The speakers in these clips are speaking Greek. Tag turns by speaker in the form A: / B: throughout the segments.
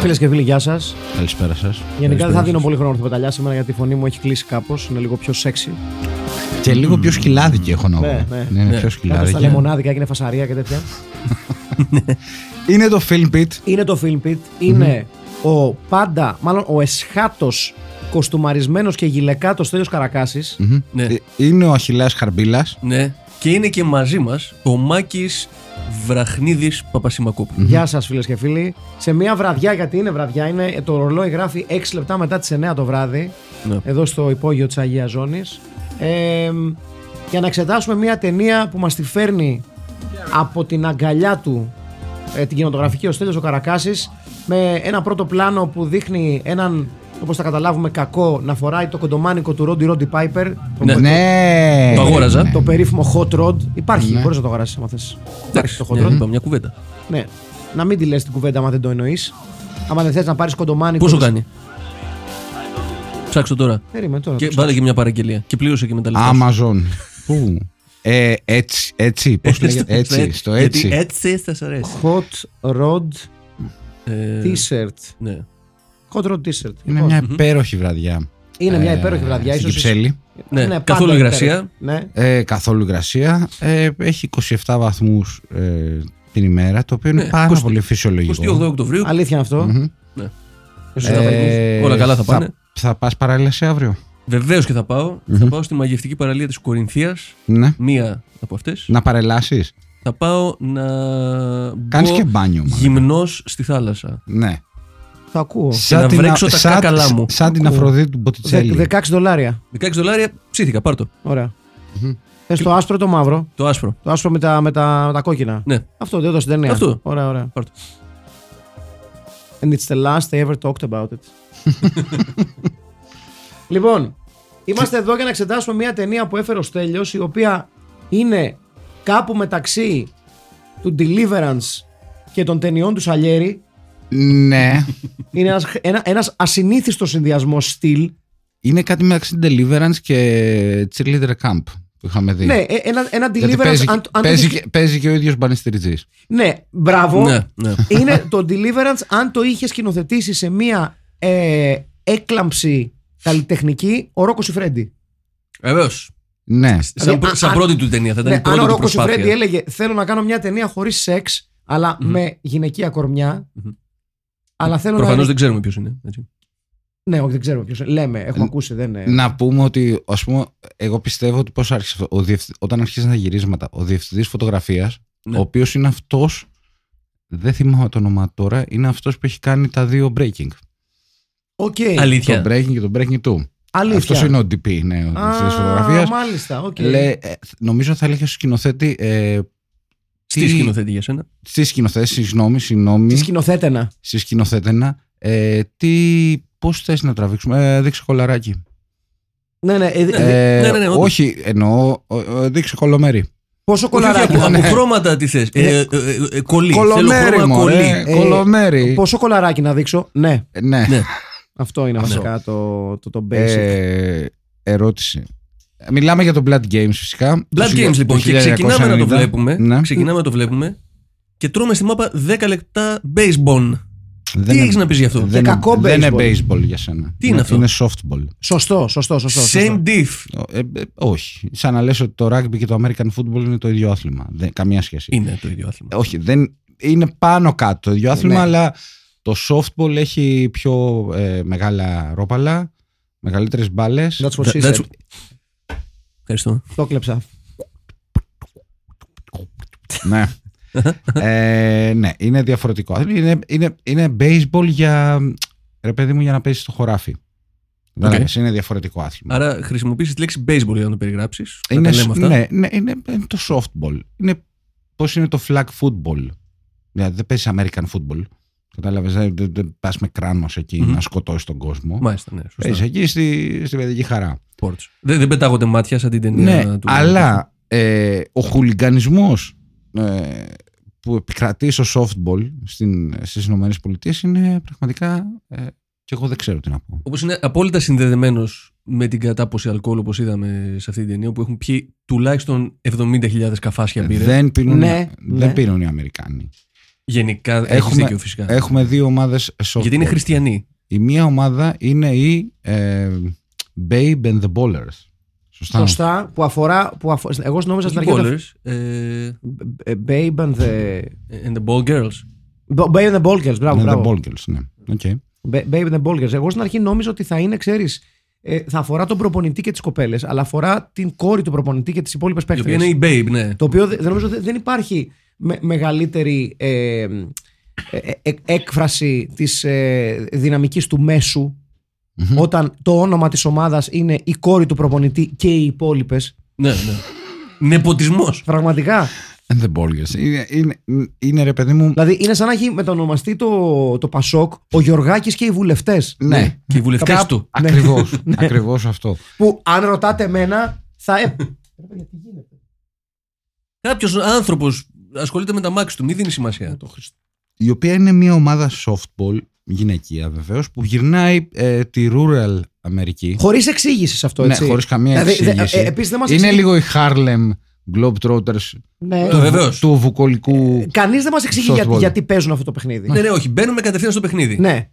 A: Φίλες και φίλοι, γεια σας.
B: Καλησπέρα σας.
A: Γενικά δεν θα δίνω πολύ χρόνο ορθοπεταλιά σήμερα γιατί η φωνή μου έχει κλείσει κάπως. Είναι λίγο πιο sexy.
B: Και λίγο πιο σκυλάδικη έχω να πω.
A: Ναι, ναι.
B: Είναι πιο
A: Κάπως τα
B: σκυλάδικη.
A: λεμονάδικα έγινε φασαρία και τέτοια.
B: Είναι το Film Pit.
A: Είναι το Film Pit. Είναι ο πάντα, μάλλον ο εσχάτος, κοστούμαρισμένος και γυλεκάτο Στέλιο
C: Ναι.
B: Ε, Είναι ο Αχιλέα Χαρμπίλας.
C: ναι. Και είναι και μαζί μας ο Μάκης Βραχνίδης Παπασημακόπουλο.
A: Γεια σας, φίλες και φίλοι. Σε μια βραδιά, γιατί είναι βραδιά, είναι, ε, το ρολόι γράφει 6 λεπτά μετά τις 9 το βράδυ,
C: Ναι.
A: εδώ στο υπόγειο της Αγίας Ζώνης. Ε, για να εξετάσουμε μια ταινία που μας τη φέρνει από την αγκαλιά του ε, την κινηματογραφική ο Στέλιος ο Καρακάσης με ένα πρώτο πλάνο που δείχνει έναν όπως θα καταλάβουμε κακό να φοράει το κοντομάνικο του Ρόντι Ρόντι Πάιπερ το,
C: Ναι.
B: Ναι.
C: Το αγόραζα.
A: το περίφημο Hot Rod υπάρχει,
B: Ναι.
A: μπορείς να το αγοράσεις άμα θες
C: Εντάξει,
A: το
C: το
A: χοντρό.
C: είπα, μια κουβέντα.
A: ναι. Να μην τη λες την κουβέντα άμα δεν το εννοείς. Άμα δεν θες να πάρεις
B: Ε,
A: κοντομάνικο.
C: Πόσο
A: της-
C: κάνει. Ψάξω τώρα.
A: Περίμενε τώρα.
C: Και
A: το
C: βάλε και μια παραγγελία. Και πλήρωσε και με τα λεφτά. σου.
B: Amazon. Πού. Ε, έτσι, έτσι, πώς
A: Ε,
B: λέγεται, έτσι, στο
C: Ε, Γιατί
B: έτσι.
C: Έτσι θα σα αρέσει.
A: ψάξω. Hot Rod
C: Ε,
A: T-shirt.
C: Ναι.
A: Hot Rod T-shirt.
B: Είναι
A: Λοιπόν,
B: μια υπέροχη βραδιά.
A: είναι μια
B: Ε,
A: υπέροχη βραδιά.
B: Στην
A: ίσως-
B: Κυψέλη.
C: Ναι,
A: πάντα
C: καθόλου
A: υπέροχη.
C: υγρασία.
A: Ναι.
B: Ε, καθόλου υγρασία. Ε, έχει 27 βαθμούς ε, την ημέρα, το οποίο είναι
C: Ναι,
B: πάρα
C: 20
B: πολύ φυσιολογικό.
C: 28 Οκτωβρίου.
A: Αλήθεια είναι αυτό.
C: Ναι.
A: Ίσως να τα-
B: Ε,
C: Όλα καλά θα πάνε.
B: Θα, θα πας παράλληλα σε αύριο.
C: Βεβαίως και θα πάω. Θα πάω στη μαγευτική παραλία της Κορινθίας.
B: Ναι.
C: Μία από αυτές.
B: Να παρελάσεις.
C: Θα πάω να.
B: Κάνεις
C: μπω
B: και μπάνιο, μάλλον.
C: Γυμνός στη θάλασσα.
B: Ναι.
A: Το ακούω.
C: να βρέξω τα
B: σαν-
C: κάκαλά μου.
B: Σαν την Αφροδίτη του Μποτιτσέλη.
A: Δε- 16 δολάρια.
C: 16 δολάρια ψήθηκα, πάρ το.
A: Ωραία. Θες το άσπρο ή το μαύρο.
C: Το άσπρο.
A: Το άσπρο με τα, με τα, με τα κόκκινα.
C: Ναι,
A: Αυτό δεν το στην ταινία.
C: Αυτό.
A: Ωραία, ωραία.
C: πάρ το.
A: And it's the last they ever talked about it. λοιπόν, είμαστε εδώ για να εξετάσουμε μια ταινία που έφερε ο Στέλιος, η οποία είναι κάπου μεταξύ του Deliverance και των ταινιών του Σαλιέρη.
B: Ναι.
A: Είναι ένας, ένα, ένας ασυνήθιστος συνδυασμός στυλ.
B: Είναι κάτι μεταξύ Deliverance και Cheerleader Camp που είχαμε δει.
A: Ναι, ε, ένα, ένα
B: Γιατί
A: Deliverance...
B: παίζει,
A: αν, το- αν το
B: παίζει,
A: δεις-
B: και, παίζει και ο ίδιος μπανιστηριτζή.
A: Ναι, μπράβο.
C: Ναι, ναι.
A: είναι το Deliverance αν το είχε σκηνοθετήσει σε μια ε, έκλαμψη καλλιτεχνική ο Ρόκο Σιφρέντι.
C: Βεβαίως.
B: Ναι.
C: Σαν,
A: Ναι,
C: πρω-
A: α-
C: σαν
A: αν-
C: πρώτη του ταινία θα ήταν. η
A: Ναι,
C: πρώτη
A: αν ο
C: του
A: Ρόκο
C: προσπάθεια.
A: Σιφρέντι έλεγε Θέλω να κάνω μια ταινία χωρίς σεξ, αλλά με γυναικεία κορμιά.
C: Μμμ.
A: Αλλά θέλω
C: Προφανώ
A: να.
C: δεν ξέρουμε ποιος είναι. έτσι.
A: Ναι, όχι, δεν ξέρω ποιο. Λέμε, έχουμε ακούσει. Δεν... ε,
B: Να πούμε ότι, ας πούμε, εγώ πιστεύω ότι πώς άρχισε αυτό. Ο διευθυ- Όταν αρχίζαν τα γυρίσματα, ο διευθυντής φωτογραφίας,
C: Ναι.
B: ο οποίος είναι αυτός. Δεν θυμάμαι το όνομα τώρα, είναι αυτός που έχει κάνει τα δύο breaking.
A: Οκ.
C: Αλήθεια.
B: Ε, Το breaking και το breaking του.
A: Αλήθεια.
B: Αυτός είναι ο DP, ναι, ο διευθυντή
A: Α,
B: φωτογραφίας.
A: μάλιστα. οκ.
B: ε, Νομίζω θα έλεγε στο σκηνοθέτη. Ε,
C: Στη σκηνοθέτη για σένα.
B: Στη σκηνοθέτη, συγγνώμη, συγγνώμη.
A: Τη σκηνοθέτενα.
B: στη σκηνοθέτενα. Ε, τι, πώς θες να τραβήξουμε, ε, δείξε κολαράκι.
A: Ναι, ναι. ε, ε,
B: Ε,
C: ναι, ναι, ναι, όντως.
B: όχι, εννοώ, ε, ε, δείξε κολομέρι.
A: Πόσο
C: Όχι, όχι,
A: κολαράκι.
C: από, από
B: ναι.
C: χρώματα τι θες. Ε, ε, ε, ε, κολλή. Θέλω
B: Κολομέρι,
C: χρώμα
B: μωρέ,
C: κολλή.
A: Ε,
B: κολομέρι.
A: Πόσο κολαράκι να δείξω. Ναι,
B: Ε, Ναι.
C: Ναι.
A: αυτό είναι
C: Αυτό.
A: βασικά το, το, το basic.
B: Ε, ερώτηση. Μιλάμε για το Blood Games φυσικά. Το
C: Blood
B: χιλια-
C: Games λοιπόν.
B: το
C: Και ξεκινάμε να το
B: 1990.
C: βλέπουμε.
B: Ναι.
C: Ξεκινάμε να το βλέπουμε. Και τρώμε στη μάπα 10 λεπτά baseball.
B: Δεν
C: Τι
B: είναι-
C: έχεις να πεις γι' αυτό. λοιπόν.
B: δεν,
A: Και
B: είναι-
A: κακό
B: δεν είναι
A: baseball.
B: baseball για σένα. Ναι,
C: Τι είναι αυτό?
B: Είναι softball.
A: Σωστό, σωστό, σωστό. σωστό.
C: Same diff.
B: Ε, ε, όχι. Σαν να λες ότι το rugby και το American football είναι το ίδιο άθλημα. Δεν, καμία σχέση.
C: Είναι το ίδιο άθλημα.
B: Όχι, δεν, είναι πάνω κάτω το ίδιο άθλημα,
A: Ναι.
B: αλλά το softball έχει πιο ε, μεγάλα ρόπαλα, μεγαλύτερες μπάλες.
A: That's what she
C: That's-
A: said.
C: Ευχαριστώ.
A: Το κλέψα.
B: ναι. ε, ναι, είναι διαφορετικό. Είναι, είναι, είναι baseball για. ρε παιδί μου, για να παίζει στο χωράφι. Καταλάβες, είναι διαφορετικό άθλημα.
C: Άρα χρησιμοποιήσει τη λέξη baseball για να το περιγράψεις.
B: Ναι. είναι,
C: τα λέμε αυτά.
B: ναι, ναι, είναι, είναι το softball. Είναι πώς είναι το flag football. Δηλαδή δεν παίζει American football. Κατάλαβες, δεν, δεν, δεν πας με κράνος εκεί
C: Μμμ.
B: να σκοτώσεις τον κόσμο.
C: Μάλιστα, ναι. Σωστά.
B: Παίζει εκεί στη, στη παιδική χαρά.
C: Sports. Δεν, δεν πετάγονται μάτια σαν την ταινία
B: Ναι,
C: του.
B: αλλά ε, ο χουλιγκανισμός ε, που επικρατεί στο softball στην, στις Ηνωμένες Πολιτείες είναι πραγματικά ε, και εγώ δεν ξέρω τι να πω.
C: Όπως είναι απόλυτα συνδεδεμένος με την κατάποση αλκοόλ, όπως είδαμε σε αυτή την ταινία, που έχουν πιει τουλάχιστον 70.000 καφάσια μπύρα.
B: Δεν πίνουν,
A: Ναι,
B: δεν
A: ναι.
B: πίνουν οι Αμερικάνοι.
C: Γενικά έχεις
B: Έχουμε-
C: δίκιο φυσικά.
B: Έχουμε δύο ομάδες softball.
C: Ναι. Γιατί είναι χριστιανοί.
B: Η μία ομάδα είναι η ε, Babe and the Ballers. Σωστά.
A: Σωστά, που αφορά. Που αφο... Εγώ νόμιζα
C: Οι
A: στην αρχή. ότι-
C: ballers, ε,
A: Ε, Babe and the.
C: and the ball girls.
A: Babe and the Bulgars, μπράβο.
B: Είναι
A: μπράβο.
B: the Ballers, ναι. Okay.
A: Ba- Babe and the Bulgars. Εγώ στην αρχή νόμιζα ότι θα είναι, ξέρεις, θα αφορά τον προπονητή και τις κοπέλες, αλλά αφορά την κόρη του προπονητή και τις υπόλοιπες
C: Η οποία
A: παίχτε.
C: είναι η babe, ναι.
A: Το οποίο δε- δεν νομίζω ότι δεν υπάρχει με- μεγαλύτερη ε, ε, ε, έκφραση της ε, δυναμικής του μεσου όταν το όνομα της ομάδας είναι η κόρη του προπονητή και οι υπόλοιπες.
C: ναι, ναι. Νεποτισμός.
A: Πραγματικά.
B: And the Ballers. Είναι, είναι, είναι ρε παιδί μου...
A: Δηλαδή είναι σαν να έχει μετανομαστεί το, το Πασόκ ο Γιωργάκης και οι βουλευτές.
B: Ναι.
C: Και οι βουλευτές
A: Κάπου-
C: του.
B: Ακριβώς, ακριβώς αυτό.
A: Που αν ρωτάτε εμένα θα... ε-
C: Κάποιος άνθρωπος ασχολείται με τα μάξι του, μην δίνει σημασία.
B: η οποία είναι μια ομάδα softball, γυναικεία βεβαίως, που γυρνάει ε, τη rural Αμερική.
A: χωρίς εξήγησης σε αυτό,
B: ναι,
A: έτσι.
B: χωρίς καμία
A: Δηλαδή, δε-
B: εξήγηση.
A: ε, επίσης δεν μας
B: είναι
A: εξηγεί-
B: λίγο η Harlem Globetrotters
A: Ναι.
C: Το- βεβαίως.
B: του βουκολικού.
A: Κανείς δεν μας εξηγεί γιατί,
B: Softball.
A: γιατί παίζουν αυτό το παιχνίδι.
C: Ναι, ναι, όχι. Μπαίνουμε κατευθείαν στο παιχνίδι.
A: Ναι.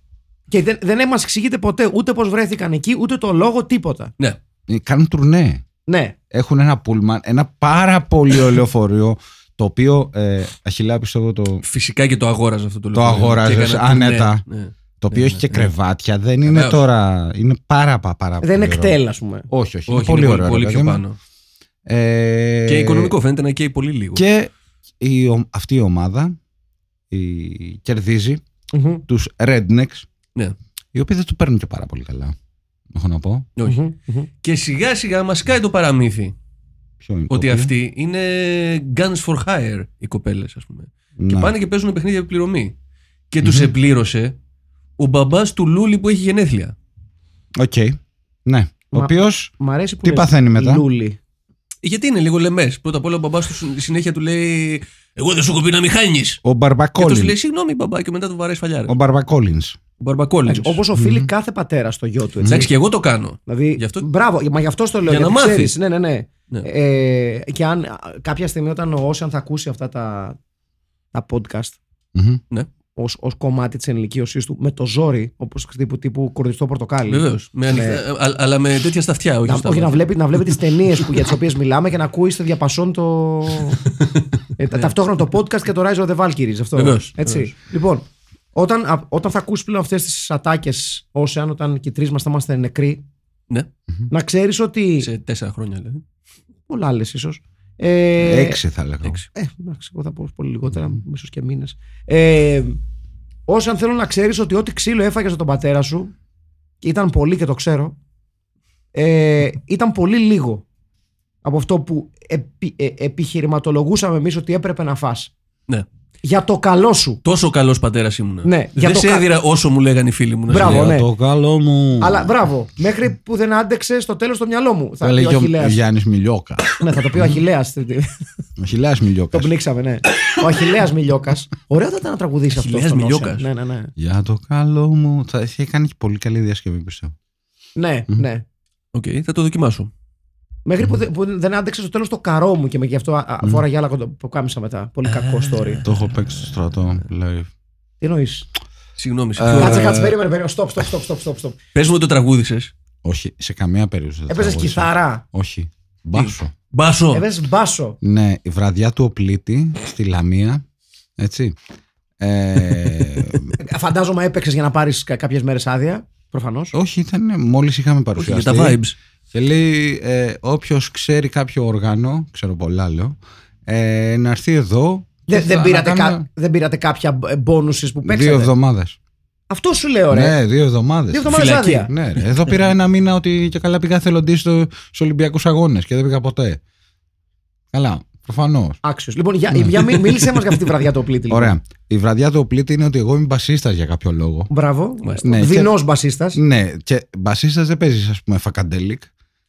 A: Και δεν, δεν μας εξηγείται ποτέ ούτε πώς βρέθηκαν εκεί, ούτε το λόγο, τίποτα.
C: Ναι.
B: Ε, Κάνουν τουρνέ.
A: Ναι.
B: Έχουν ένα πούλμαν, ένα πάρα πολύ ωραίο λεωφορείο, το οποίο ε, Αχιλά πιστεύω το,
C: Φυσικά και το αγόραζε αυτό το
B: Το
C: λεωφορείο.
B: αγόραζες,
C: Και έκανα την-
B: άνετα.
C: ναι, ναι.
B: το οποίο
C: Ναι,
B: έχει και
C: ναι.
B: κρεβάτια. Δεν είναι
C: Βεβαίως.
B: τώρα. Είναι πάρα, πάρα, πάρα
A: Δεν είναι
B: πολύ ωραίο.
A: κτέλ, ας πούμε.
B: Όχι, όχι. είναι
C: Όχι,
B: πολύ
C: είναι
B: ωραίο.
C: πολύ
B: ρε
C: πιο
B: παιδί μου.
C: πάνω.
B: Ε,
C: Και οικονομικό φαίνεται να καίει πολύ λίγο.
B: Και η, ο- αυτή η ομάδα η, κερδίζει
A: Μμμ.
B: τους rednecks,
C: Ναι.
B: οι οποίοι δεν του παίρνουν και πάρα πολύ καλά. Έχω να πω.
C: Όχι.
A: Μμμ. Μμμ.
C: Και σιγά σιγά μας κάει το παραμύθι
B: Ποιο είναι το
C: ότι
B: οποίο.
C: αυτοί είναι guns for hire οι κοπέλες, ας πούμε. Και
B: Ναι.
C: πάνε και παίζουν παιχνίδια επιπληρωμή. Και τους επλήρωσε ο μπαμπάς του Λούλη που έχει γενέθλια.
B: Οκ. Ναι. Ο
A: Μα-
B: οποίος.
A: Μ' αρέσει που.
B: Τι
A: λες
B: παθαίνει μετά?
A: Λούλη.
C: Γιατί είναι λίγο λεμές. Πρώτα απ' όλα ο μπαμπάς του συν- συνέχεια του λέει: Εγώ δεν σου έχω πει να μην χάνεις.
B: Ο
C: Και αυτός
B: Μπαρμπακόλιν.
C: λέει: Συγγνώμη, μπαμπά, και μετά του βαράει φαλιάρα.
B: Ο Ε, Μπαρμπακόλιν.
C: Ο Μπαρμπακόλη.
A: Όπως οφείλει κάθε πατέρα στο γιο του.
B: Ναι.
C: Εντάξει,
A: Έτσι.
C: και εγώ το κάνω.
A: Δηλαδή,
C: Γι' αυτό-
A: Μπράβο, μα γι' αυτό το λέω.
C: Για να
A: γιατί
C: μάθεις.
A: ξέρεις. Ναι, ναι, ναι.
C: Ναι.
A: Ε, και αν α, κάποια στιγμή όταν ο Όσιαν θα ακούσει αυτά τα, τα podcast
C: Ναι,
A: ως, ως κομμάτι της ενηλικίωσής του με το ζόρι, όπως τύπου, τύπου κορδιστό πορτοκάλι.
C: βεβαίως. Αλλά με τέτοια στα αυτιά, όχι
A: Ε, Να,
C: στα
A: όχι, να
C: μάτια.
A: βλέπει, να βλέπει τις ταινίες για τις οποίες μιλάμε και να ακούει στο διαπασόν το. ε, τα- ταυτόχρονα το podcast και το Rise of the Valkyries. Αυτό.
C: Ναι. Βεβαίως,
A: έτσι.
C: βεβαίως.
A: Λοιπόν, όταν, α- όταν θα ακούσει πλέον αυτές τις ατάκες, όσο αν όταν και οι τρεις μας θα είμαστε νεκροί,
C: Ναι,
A: να ξέρεις ότι.
C: σε τέσσερα χρόνια δηλαδή.
A: Πολλά άλλε ίσως. Ε,
B: Έξι θα λέγαμε.
C: Έξι.
A: Ε, εντάξει, εγώ θα πω πολύ λιγότερα, ίσως και μήνες. Ε, όσο αν θέλω να ξέρεις ότι ό,τι ξύλο έφαγες από τον πατέρα σου, και ήταν πολύ και το ξέρω, ε, ήταν πολύ λίγο από αυτό που επι, ε, επιχειρηματολογούσαμε εμείς ότι έπρεπε να φας.
C: Ναι.
A: Για το καλό σου.
C: Τόσο καλός πατέρας ήμουν.
A: Ναι, για
C: δεν
A: το
C: σε
A: κα-
C: έδιρα όσο μου λέγανε οι φίλοι μου. να σε
A: Μπράβο,
C: λέω.
A: ναι.
B: Ε, Το καλό μου.
A: Αλλά μπράβο, μέχρι που δεν άντεξε στο τέλος το μυαλό μου.
B: Θα
A: Θα πει ο
B: λέγει ο
A: Αχιλέας.
B: Γιάννη Μιλιόκα.
A: Ναι, θα το πει ο Αχηλέα.
B: Ο Αχιλέα
A: το
B: Μιλιόκα.
A: πνίξαμε, ναι. Ο Αχηλέα Μιλιόκα. Ωραίο θα ήταν να τραγουδήσει αυτό.
C: Αχιλλέας
A: στον Όσια.
C: Μιλιόκας.
A: Ναι, ναι, ναι.
B: Για το καλό μου. Θα είχε κάνει και πολύ καλή διασκευή πιστεύω.
A: Ναι, ναι.
C: Οκ, θα το δοκιμάσω.
A: Μέχρι που, δε- που δεν άντεξε στο τέλος το καρό μου και με γι' αυτό α- α-
B: Mm.
A: φόραγε άλλα κοντο- που κάμισα μετά.
B: Ε.
A: Πολύ κακό story.
B: Το έχω παίξει στο στρατό
A: Ε.
B: live.
A: Τι εννοείς.
C: Συγγνώμη.
A: Ε,
B: Ε.
A: Κάτσε, κάτσε, περίμενε, περίμενε. Stop, stop, stop, stop, stop, stop.
C: Πες μου ότι το τραγούδισες.
B: Όχι, σε καμία περίπτωση. δεν
A: Έπαιζες
B: τραγούδισα.
A: κιθάρα.
B: Όχι. Μπάσο.
C: Μπάσο.
A: Έπαιζες μπάσο.
B: Ναι, η βραδιά του Οπλίτη στη Λαμία. Έτσι. Ε,
A: Φαντάζομαι έπαιξες για να πάρεις κάποιες μέρες άδεια. Προφανώς.
B: όχι, ήταν μόλις είχαμε
C: Όχι, για
B: παρουσιαστεί.
C: τα vibes.
B: Και λέει, ε, όποιος ξέρει κάποιο όργανο, ξέρω πολλά λέω, ε, να έρθει εδώ.
A: Δεν,
B: και
A: δεν,
B: θα-
A: πήρατε
B: να κάνουμε
A: κα- δεν πήρατε κάποια μπόνουσες που παίξατε.
B: Δύο εβδομάδες.
A: Αυτό σου λέω, ρε.
B: Ναι, δύο εβδομάδες.
A: Δύο εβδομάδες
C: Φυλακή.
A: άδεια.
B: Ναι, ρε. εδώ πήρα ένα μήνα ότι και καλά πήγα θελοντή στους Ολυμπιακούς Αγώνες και δεν πήγα ποτέ. Καλά, προφανώς.
A: Άξιος. Λοιπόν, για, για μι- μίλησε μας για αυτή τη βραδιά το πλήτη. λοιπόν.
B: Ναι. Ωραία. Η βραδιά του οπλίτη είναι ότι εγώ είμαι μπασίστας για κάποιο λόγο.
A: Μπράβο.
C: Μάλιστα.
B: Ναι,
A: Δεινός μπασίστας.
B: Ναι, και μπασίστας δεν παίζεις, ας πούμε, φακαντελικ.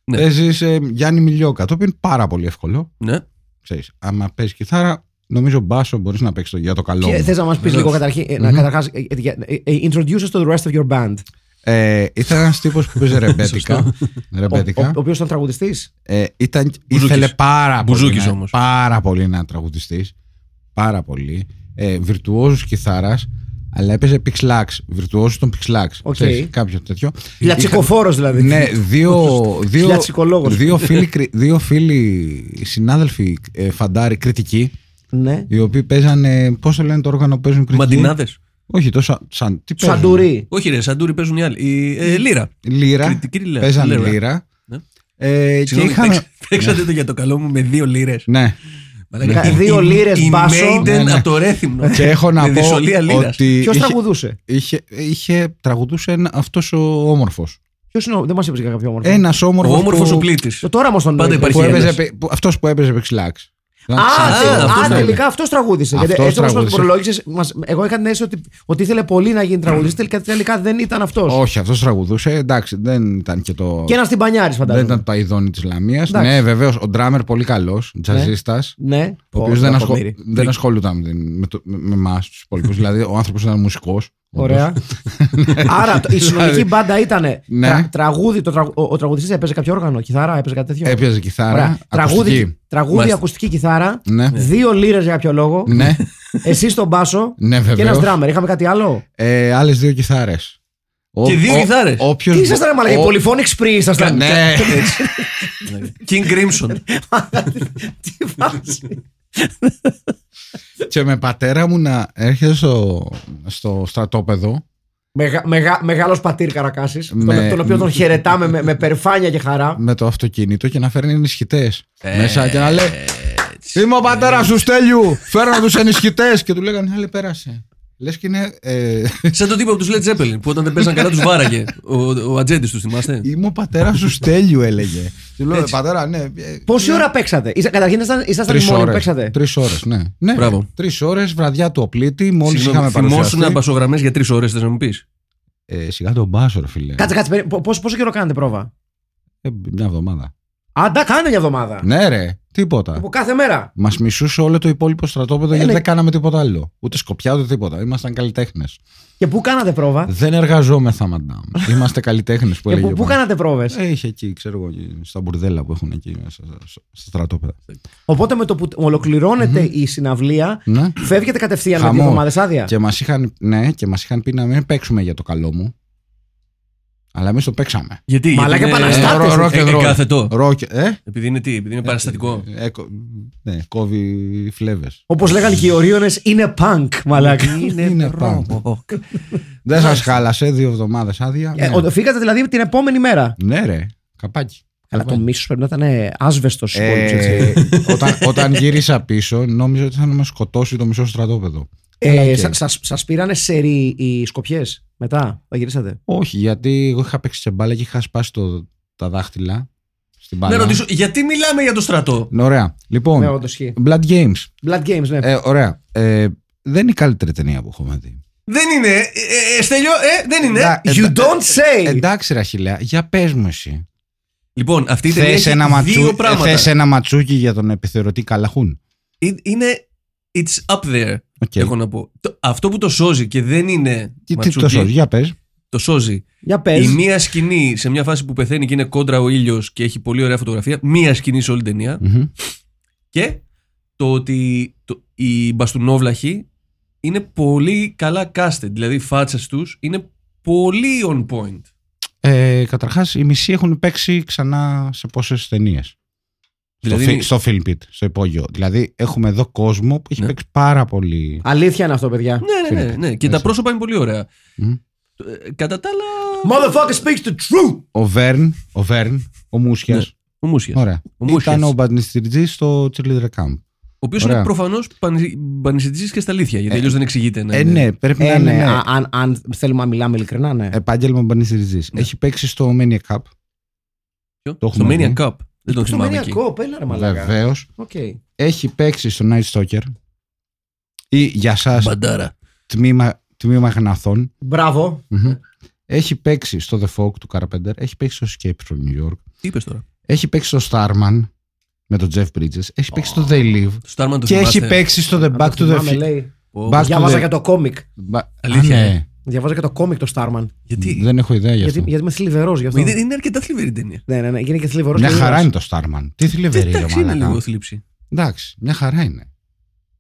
C: Ναι.
B: Παίζει Γιάννη Μιλιόκα, το οποίο είναι πάρα πολύ εύκολο.
C: Ναι.
B: Ξέρεις, άμα παίζεις κιθάρα, νομίζω μπάσο μπορείς να παίξεις για το καλό.
A: Και
B: μου.
A: θες να μας πεις
C: Βεβαίως.
A: λίγο καταρχήν. ε, να- καταρχάς, ε, ε, για- ε, ε, Introduce us to the rest of your band.
B: Ε, ήταν ένας τύπος που παίζει ρεμπέτικα.
A: Ο,
B: ρεμπέτικα.
A: οποίος ήταν τραγουδιστής.
B: Ε, ήταν,
C: Μπουζούκης.
B: ήθελε πάρα πολύ,
C: Μπουζούκης
B: να,
C: όμως.
B: πάρα πολύ να τραγουδιστής Πάρα πολύ. Ε, βιρτουόζος κιθάρας αλλά έπαιζε πιξλάξ. Βιρτουόζος των πιξλάξ.
A: Οκ.
B: κάποιο τέτοιο.
A: Λιατσικοφόρο δηλαδή.
B: Ναι, δύο, δύο,
A: Λιατσικολόγος.
B: δύο, φίλοι, κρι- δύο φίλοι συνάδελφοι ε, φαντάροι κριτικοί,
A: Ναι.
B: οι οποίοι παίζανε. Πώς το λένε το όργανο που παίζουν κριτική.
C: Μαντινάδες.
B: Όχι, το σαν. σαν τι παίζουν?
A: Σαντουρί.
C: Όχι, ρε, Σαντούρι παίζουν οι άλλοι. Η, ε, λύρα.
B: Λύρα.
C: Κριτική λύρα.
B: Παίζανε
C: Λύρα.
B: λύρα.
C: Ναι.
B: Ε, και
C: Συγγνώμη,
B: είχαν.
C: παίξα- παίξατε το για το καλό μου με δύο λίρες.
B: Ναι.
A: Κα- δύο λίρες μπάσο.
B: Ναι, ναι.
C: από το Ρέθυμνο.
B: Και έχω να
C: Με
B: πω
C: δυσολία λύρας.
B: ότι
A: Ποιος
B: είχε,
A: τραγουδούσε.
B: είχε, είχε τραγουδούσε αυτός ο όμορφος.
A: Ποιος είναι ο. Δεν μας είπες για κάποιο όμορφο.
B: Ένας
C: Ο
B: όμορφος.
C: όμορφος ο πλήτης.
A: Το τώρα όμω τον
C: Πάντα
A: λέω.
C: υπάρχει
B: που
C: ένας.
B: έπαιζε, αυτός που έπαιζε Πεξιλάξ.
A: Α, τε-
C: αυτός
A: α,
C: τραγούδισε.
A: τελικά αυτός τραγούδισε. Γιατί
B: Αυτός
A: έτσι όπως το
B: τραγούδισε.
A: προλόγησες, εγώ είχα την αίσθηση ότι, ότι ήθελε πολύ να γίνει τραγουδιστής, τελικά, τελικά δεν ήταν αυτός.
B: Ναι. Όχι, αυτός τραγουδούσε. Εντάξει, δεν ήταν και το.
A: Και ένας τυμπανιάρης,
B: Δεν
A: φαντάζομαι.
B: ήταν το αηδόνι της Λαμίας.
A: Εντάξει.
B: Ναι, βεβαίως ο ντράμερ πολύ καλός, τζαζίστας.
A: Ναι,
B: Ο οποίος δεν, ασχο... δεν ασχολούταν με, την- με, το- με εμάς τους υπόλοιπους. δηλαδή, ο άνθρωπος ήταν μουσικός.
A: Ωραία. Άρα το- η συνολική
B: Δηλαδή-
A: μπάντα ήταν
B: Ναι.
A: τραγούδι, το τραγου- ο, ο τραγουδιστής έπαιζε κάποιο όργανο, κιθάρα, έπαιζε κάτι τέτοιο.
B: Έπιαζε
A: Ωραία.
B: κιθάρα.
A: Τραγούδι,
B: ακουστική.
A: τραγούδι
C: Μάλιστα.
A: ακουστική κιθάρα,
B: Ναι.
A: δύο λίρες για κάποιο λόγο,
B: Ναι,
A: εσύ στον μπάσο
B: ναι,
A: και ένας
B: βεβαίως.
A: ντράμερ. Είχαμε κάτι άλλο.
B: ε, άλλες δύο κιθάρες.
C: Και δύο κιθάρες.
B: Όποιος...
A: Τι ήσασταν, μαλακά,
B: Ε, ο-
A: πολυφώνηξ πριν ήσασταν.
B: Ναι,
C: King Crimson.
A: Τι φάση.
B: και με πατέρα μου να έρχεται στο, στο στρατόπεδο.
A: Μεγα, μεγα, Μεγάλος πατήρ Καρακάσης, τον,
B: Με-
A: τον οποίο τον χαιρετάμε με, με περφάνεια και χαρά.
B: με το αυτοκίνητο και να φέρνει ενισχυτές.
C: Ε,
B: μέσα και να λέει. Είμαι
C: ναι.
B: ο πατέρας του Στέλιου! Φέρνω τους ενισχυτές! Και του λέγανε, άλλοι πέρασε. Λες και είναι. ε,
C: Σαν τον τύπο από του Led Zeppelin που όταν δεν παίζαν καλά τους βάραγε. Ο, ο ατζέντης τους, θυμάστε.
B: Είμαι ο πατέρας του Στέλιου, έλεγε. Του λέω,
C: Έτσι.
B: πατέρα, ναι.
A: Πόση ώρα παίξατε, Ήσα- Καταρχήν ήσασταν- ήσασταν οι
B: Τρεις
A: μόνοι που
B: ώρες.
A: παίξατε.
B: Τρεις ώρες, ναι. ναι.
C: Μπράβο.
B: Τρεις ώρες, βραδιά του οπλίτη, μόλις
C: Συγγνώμη,
B: είχαμε παρουσιαστεί.
C: θυμόσουν μπασογραμμέ για τρεις ώρες, θες να μου πεις.
B: Ε, σιγά τον μπάσο, ρε φίλε.
A: Κάτσε, κάτσε. περί- πο- Πόσο, πόσο καιρό κάνετε πρόβα.
B: Ε, μια εβδομάδα.
A: Αντά, κάνετε μια εβδομάδα.
B: Ναι, ρε, τίποτα.
A: Από κάθε μέρα.
B: Μας μισούσε όλο το υπόλοιπο στρατόπεδο
A: Λοιπόν. Ε,
B: γιατί
A: ναι.
B: δεν κάναμε τίποτα άλλο. Ούτε σκοπιά ούτε τίποτα. Ήμασταν καλλιτέχνες.
A: Και πού κάνατε πρόβα.
B: Δεν εργαζόμεθα, μαντάμ. Είμαστε καλλιτέχνες που
A: Και
B: έλεγε.
A: Ε, πού, πού
B: ο
A: κάνατε πρόβες.
B: Ε, είχε εκεί, ξέρω εγώ, στα μπουρδέλα που έχουν εκεί μέσα στα- στα στρατόπεδα.
A: Οπότε με το που ολοκληρώνεται η συναυλία,
B: Ναι.
A: φεύγετε κατευθείαν με δύο
B: Χαμό.
A: εβδομάδε άδεια.
B: Και μας είχαν, ναι, και μας είχαν πει να μην παίξουμε για το καλό μου. Αλλά εμείς το παίξαμε.
C: Γιατί.
A: Μαλάκα,
C: γιατί είναι-
A: επαναστάτες.
C: Ε,
A: Ρο-
B: rock and roll.
C: Εκάθετο.
B: Ροκ, ε,
C: Επειδή είναι τι, επειδή είναι παραστατικό.
B: ε, κο- ναι, κόβει φλέβες.
A: Όπως λέγανε και οι Ορίωνες, είναι punk, μαλάκα.
B: Είναι πάνω. Δεν σας χάλασε δύο εβδομάδες άδεια.
A: Ε,
B: ναι.
A: ο- Φύγατε δηλαδή την επόμενη μέρα.
B: Ναι, ρε, καπάκι.
A: Αλλά το
B: Καπάκι.
A: μίσος πρέπει να ήταν ε, άσβεστος στους
B: Ε,
A: όλους, έτσι.
B: όταν, όταν γύρισα πίσω, νόμιζα ότι θα με σκοτώσει το μισό στρατόπεδο. αλλά
A: Ε,
B: οκ.
A: σα- σας, σας πήρανε σερί οι σκοπιές μετά, τα γυρίσατε.
B: Όχι, γιατί εγώ είχα παίξει σε μπάλα και είχα σπάσει το, τα δάχτυλα στην μπάλα.
C: Να Ναι, ρωτήσω, γιατί μιλάμε για το στρατό.
B: Ναι, Ωραία. Λοιπόν,
A: Ναι, όντως ισχύει.
B: Blood Games.
A: Blood Games, ναι.
B: Ε, ωραία. Ε, δεν είναι η καλύτερη ταινία που έχουμε δει.
C: Δεν είναι. ε, ε, ε, Στέλιο, ε, δεν είναι.
B: Εντά-
A: you don't say!
B: Εντάξει, Ραχιλέα, για πες μου εσύ.
C: Λοιπόν, αυτή η ταινία
B: Θες
C: έχει
B: ένα,
C: δύο
B: ματσού...
C: πράγματα.
B: θες ένα ματσούκι για τον επιθεωρητή Καλαχούν.
C: Ε, Είναι. It's up there.
B: Οκ.
C: Έχω να πω. Το- αυτό που το σώζει και δεν είναι.
B: Τι, τι
C: ματσούκι,
B: το σώζει, για πες.
C: το σώζει.
B: ε,
A: Για πες.
C: Η μία σκηνή σε μια φάση που πεθαίνει και είναι κόντρα ο ήλιος και έχει πολύ ωραία φωτογραφία. Μία σκηνή σε όλη την ταινία. Και το ότι το, οι μπαστούνόβλαχοι είναι πολύ καλά casted. Δηλαδή οι φάτσες τους είναι πολύ on point.
B: Ε, Καταρχάς, οι μισοί έχουν παίξει ξανά σε πόσες ταινίες.
C: Δηλαδή,
B: στο, φι-
C: είναι-
B: στο Film Pit, στο υπόγειο. Δηλαδή, έχουμε εδώ κόσμο που έχει
C: Ναι.
B: παίξει πάρα πολύ.
A: Αλήθεια είναι αυτό, παιδιά. Ε,
C: ναι, ναι, ναι, ναι. Και τα
B: Έτσι.
C: πρόσωπα είναι πολύ ωραία.
B: Μμ.
C: Ε, Κατά τα άλλα.
A: Motherfucker speaks the truth!
B: Ο Βέρν, ο, Βέρν, ο Μούσιας.
C: Ο Μούσιας.
B: Ωραία.
C: Ναι, Ο Μούσιας.
B: Ήταν ο Μπαντιστηριτζή στο Cheerleader Camp.
C: οποίο
B: Ωραία.
C: είναι προφανώ πανησυντή και στα αλήθεια. Γιατί αλλιώς δεν εξηγείται. να
B: Ε,
C: είναι.
B: ναι, πρέπει να
A: Ε,
B: είναι.
A: ναι,
B: ναι. Ε,
A: α- Αν, αν θέλουμε να μιλάμε ειλικρινά, ναι.
B: Επάγγελμα μπανιστηριτζή. Έχει παίξει στο Mania Cup.
C: Ναι. Ποιο?
B: το
C: στο
B: έχουμε
C: Mania
B: δει.
C: Cup. Δεν τον
A: Στο
C: θυμάμαι εκεί.
A: Μενιακό, έλα ρε μαλάκα.
B: Βεβαίως.
A: Οκ.
B: Έχει παίξει στο Night Stalker. Ή για εσά,
C: Μπαντάρα.
B: τμήμα, τμήμα γναθών.
A: Μπράβο.
B: Μμμ. Έχει παίξει στο The Fog του Carpenter. Έχει παίξει στο Escape from New York.
C: Τι είπες τώρα.
B: Έχει παίξει στο Starman με τον Jeff Bridges. Έχει παίξει στο They Live.
C: Στο Starman το
B: Και
C: θυμάστε.
B: έχει παίξει στο The Back to the
A: Θυμάμαι,
B: Future.
A: λέει.
C: Ω,
B: Back-
A: Διάβαζα
B: the-
A: και το κόμικ.
B: Μπα-
C: Αλήθεια,
B: Α,
C: ε.
B: ναι.
A: Διαβάζω και το κόμικ το Starman.
C: Γιατί.
B: Δεν έχω ιδέα γι'
A: Γιατί,
B: αυτό.
A: γιατί είμαι θλιβερός γι' αυτό.
C: Είναι, είναι αρκετά θλιβερή η ταινία.
A: Ναι, ναι, ναι. Γίνεται και θλιβερός.
B: Μια χαρά είναι το Starman. Τι θλιβερή ρε
C: Εντάξει, είναι λίγο
B: μαλακά.
C: θλίψη.
B: Εντάξει, μια χαρά είναι.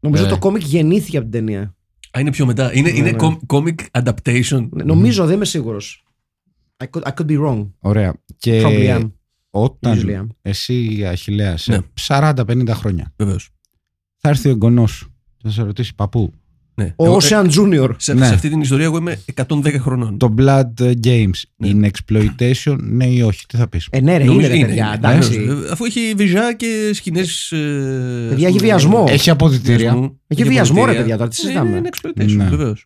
A: Νομίζω
B: Ε.
A: το κόμικ γεννήθηκε από την ταινία.
C: Α, είναι πιο μετά. Είναι,
A: Ναι,
C: είναι
A: ναι.
C: com- comic adaptation.
A: Ναι, Νομίζω, δεν είμαι σίγουρος. I could, I could be wrong.
B: Ωραία. Και
A: Probably am. Usually
B: όταν
A: am.
B: εσύ, Αχιλέα, σε
C: Ναι.
B: 40-50 χρόνια
C: Βεβαίως.
B: θα έρθει ο εγγονός σου θα σε ρωτήσει παππού.
C: Ναι.
A: Ο
C: Εγώ-
A: Ocean Junior.
C: Σε,
B: Ναι.
C: σε αυτή την ιστορία εγώ είμαι 110 χρονών.
B: Το Blood Games
C: Ναι.
B: είναι exploitation, ναι ή όχι, τι θα πεις.
A: Ε, ναι, ρε, είναι,
C: Νομίζω
A: ρε, παιδιά.
C: Ναι,
A: εντάξει.
C: ναι. Αφού έχει βιζά και ε, σκηνέ.
A: Παιδιά, έχει βιασμό.
B: Έχει αποδητήρια.
A: Έχει βιασμό, ρε, παιδιά, τώρα τι συζητάμε.
C: Ε, Είναι, είναι exploitation,
B: Ναι.
C: βεβαίω.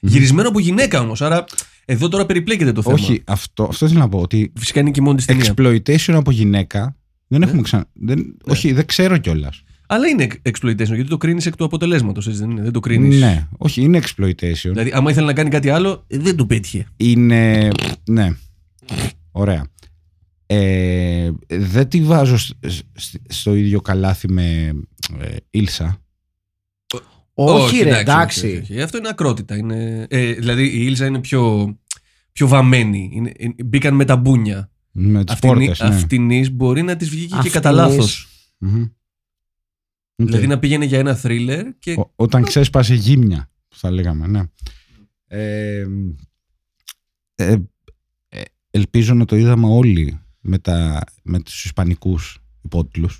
C: Γυρισμένο από γυναίκα όμως. Άρα εδώ τώρα περιπλέκεται το θέμα.
B: Όχι, αυτό, αυτό θέλω να πω. Ότι
C: Φυσικά είναι και η μόνη της ταινία.
B: exploitation από γυναίκα
C: Ναι.
B: δεν έχουμε ξανά. Δεν, Όχι, δεν ξέρω κιόλας.
C: Αλλά είναι exploitation γιατί το κρίνεις εκ του αποτελέσματος, έτσι δεν είναι. Δεν το κρίνεις.
B: Ναι, όχι, είναι exploitation.
C: Δηλαδή, άμα ήθελε να κάνει κάτι άλλο, ε, δεν το πέτυχε.
B: Είναι. Ναι. Ωραία. Ε, δεν τη βάζω σ- σ- στο ίδιο καλάθι με ε, Ήλσα.
A: Όχι, ρε,
C: όχι,
A: εντάξει.
C: όχι. Αυτό είναι ακρότητα. Είναι... Ε, δηλαδή η Ήλζα είναι πιο, πιο βαμμένη. Είναι, ε, μπήκαν με τα μπούνια.
B: Με τις
C: Αυτηνή,
B: πόρτες, ναι.
C: αυτηνής μπορεί να της βγήκε και
A: Αυτηνής.
C: κατά λάθος.
B: Μμμ. Οκ.
C: Δηλαδή να πήγαινε για ένα θρίλερ και.
B: Ο- όταν ξέσπασε γύμνια, που θα λέγαμε, ναι. Ε, ε, ε, ελπίζω να το είδαμε όλοι με, τα, με τους ισπανικούς υπότιτλους.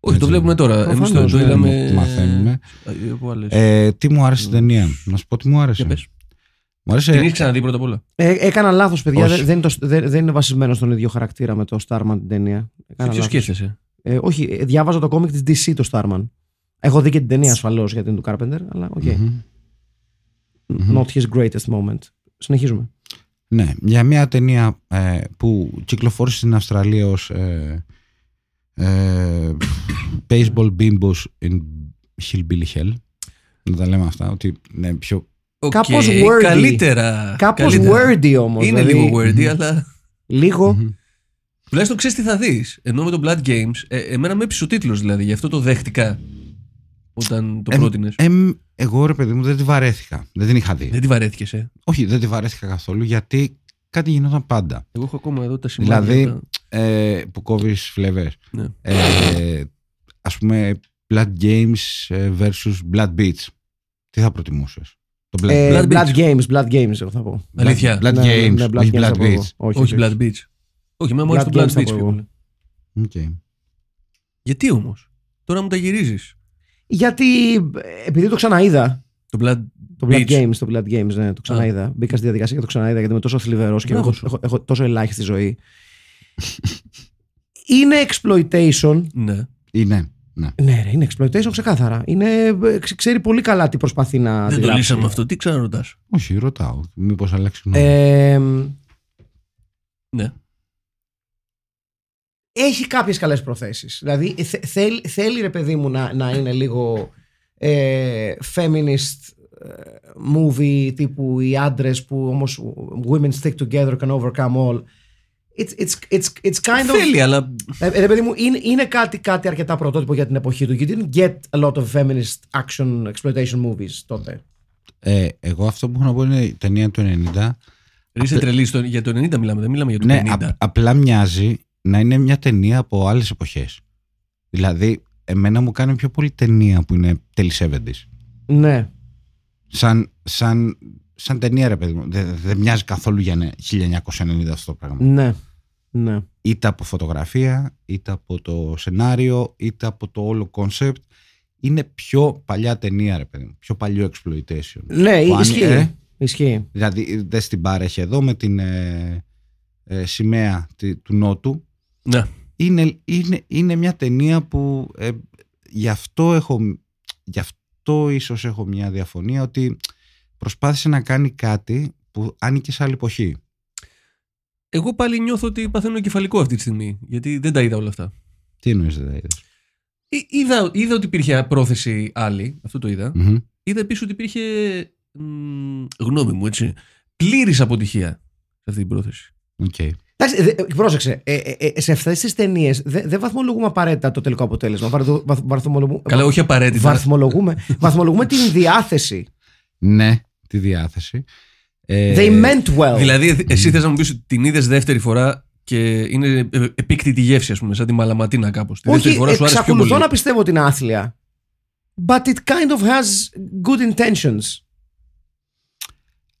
C: όχι,
B: έτσι.
C: το βλέπουμε τώρα. Εμείς το,
A: Προφανώς,
C: το
A: ναι,
C: είδαμε.
B: μαθαίνουμε.
C: Ε, από άλλες.
B: Ε, τι μου άρεσε η ταινία. Να σου πω τι μου άρεσε.
C: Για πες.
B: Μου
C: Την
B: άρεσε
C: έχεις ξαναδεί πρώτα απ' όλα.
A: Ε, έκανα λάθος, παιδιά.
B: Όχι.
A: Δεν, δεν, είναι το- δεν, δεν είναι βασισμένο στον ίδιο χαρακτήρα με το Starman την ταινία.
C: Σε
A: Έκανα
C: ποιο
A: λάθος.
C: σκέφτεσαι.
A: Ε, όχι, ε, διάβαζα το κόμικ της DC το Starman. Έχω δει και την ταινία ασφαλώς γιατί είναι του Carpenter, αλλά οκ.
B: Μμμ.
A: Not his greatest moment. Συνεχίζουμε.
B: Ναι, για μια ταινία ε, που κυκλοφόρησε στην Αυστραλία ως ε, ε, Baseball Bimbos in Hillbilly Hell. Να τα λέμε αυτά, ότι είναι πιο...
C: Οκ,
A: Κάπως wordy.
C: Καλύτερα.
A: Κάπως
C: καλύτερα.
A: wordy όμως.
C: Είναι
A: δηλαδή,
C: λίγο wordy, αλλά.
A: Λίγο.
B: Μμμ.
C: Τουλάχιστον ξέρεις τι θα δεις. Ενώ με το Blood Games, ε, εμένα με έψησε ο τίτλος δηλαδή, γι' αυτό το δέχτηκα όταν το
B: Ε,
C: πρότεινες.
B: Εμ, εγώ ρε παιδί μου δεν τη βαρέθηκα. Δεν την είχα δει.
C: Δεν τη βαρέθηκες, ε.
B: Όχι, δεν τη βαρέθηκα καθόλου γιατί κάτι γινόταν πάντα.
C: Εγώ έχω ακόμα εδώ τα σημάδια.
B: Δηλαδή,
C: τα-
B: Ε, που κόβεις φλεβέ.
C: Ναι.
B: Ε, Ας πούμε, Blood Games ε, versus Blood Beach. Τι θα προτιμούσες. Το Blood,
A: Ε,
C: Blood
A: blood,
C: Beach.
A: games, blood games, εγώ θα πω.
B: Blood-
C: αλήθεια.
B: Blood
A: Ναι, ναι,
B: Games,
A: ναι,
B: όχι
A: θα
B: Blood
A: πω εγώ.
B: Beach.
A: Όχι,
C: Όχι
A: όχι.
C: Blood Beach. Όχι, εμένα μου
A: Blood
C: άρεσε το
A: Games
C: Blood
A: θα
C: Beach
A: πω εγώ.
C: πιο πολύ.
B: Okay.
C: Γιατί όμως, τώρα μου τα γυρίζεις.
A: Γιατί ε, επειδή το ξαναείδα.
C: Το Blood,
A: Το Blood
C: Beach.
A: Games, το Blood Games, ναι, το ξαναείδα. Μπήκα στη διαδικασία και το ξαναείδα γιατί είμαι τόσο θλιβερός και
C: Μπράβο
A: έχω,
C: σου.
A: έχω, έχω τόσο ελάχιστη ζωή. είναι exploitation.
C: Ναι.
B: Είναι. Ναι.
A: Ναι, ρε, είναι exploitation ξεκάθαρα. Είναι, ε, ξε- ξέρει πολύ καλά τι προσπαθεί να.
C: Δεν το
A: αντιγράψει.
C: λύσαμε αυτό. Τι ξαναρωτάς.
B: Όχι, ρωτάω. Μήπως αλλάξει γνώμη.
A: Ε, μ,
C: Ναι.
A: έχει κάποιες καλές προθέσεις. Δηλαδή θε- θέλ- θέλει ρε παιδί μου να, να είναι λίγο ε, feminist ε, movie τύπου οι άντρες που όμως women stick together can overcome all. It's, it's, it's, it's kind of...
C: Θέλει, αλλά.
A: Ε, ρε παιδί μου, είναι, είναι κάτι, κάτι αρκετά πρωτότυπο για την εποχή του. You didn't get a lot of feminist action exploitation movies τότε.
B: Ε, εγώ αυτό που έχω να πω είναι η ταινία του 90.
C: Είσαι τρελή. στο- Για το 90 μιλάμε, δεν μιλάμε για το
B: Ναι,
C: 50.
B: απ- απλά μοιάζει να είναι μια ταινία από άλλες εποχές. Δηλαδή, εμένα μου κάνει πιο πολύ ταινία που είναι τέλη 70s.
A: Ναι.
B: Σαν, σαν, σαν ταινία, ρε παιδί μου. Δε- Δεν μοιάζει καθόλου για νε- 1990 αυτό το πράγμα.
A: Ναι. Ναι.
B: Είτε από φωτογραφία, είτε από το σενάριο, είτε από το όλο κόνσεπτ. Είναι πιο παλιά ταινία, ρε παιδί μου. Πιο παλιό exploitation.
A: Ναι,
B: Που αν-
A: ισχύει.
B: ε,
A: Ισχύει.
B: δηλαδή, δες την παρέχει εδώ με την ε, ε, σημαία τη- του Νότου.
C: Ναι.
B: είναι, είναι, είναι μια ταινία που ε, γι' αυτό έχω, γι' αυτό ίσως έχω μια διαφωνία ότι προσπάθησε να κάνει κάτι που άνοιγε σε άλλη εποχή.
C: Εγώ πάλι νιώθω ότι παθαίνω κεφαλικό αυτή τη στιγμή, γιατί δεν τα είδα όλα αυτά.
B: Τι εννοείς δεν τα είδες.
C: Ή- Είδα, είδα ότι υπήρχε πρόθεση άλλη, αυτό το είδα.
B: Μμμ.
C: Είδα επίσης ότι υπήρχε. μ, γνώμη μου, έτσι. Πλήρης αποτυχία σε αυτή την πρόθεση.
B: Οκ.
A: Εντάξει, δε- ε, πρόσεξε. Ε, ε, ε, σε αυτές τις ταινίες δεν βαθμολογούμε απαραίτητα το τελικό αποτέλεσμα. Βαρδο- βαθ- βαθμολογούμε-
C: Καλά, όχι απαραίτητα.
A: βαθμολογούμε, βαθμολογούμε την διάθεση.
B: Ναι, τη διάθεση. Ε,
A: They meant well.
C: Δηλαδή, εσύ θες να μου πεις ότι την είδες δεύτερη φορά και είναι ε, επίκτη τη γεύση, ας πούμε, σαν τη μαλαματίνα κάπως. Τη δεύτερη
A: Όχι,
C: φορά σου άρεσε πιο πολύ.
A: εξακολουθώ να πιστεύω ότι είναι άθλια. But it kind of has good intentions.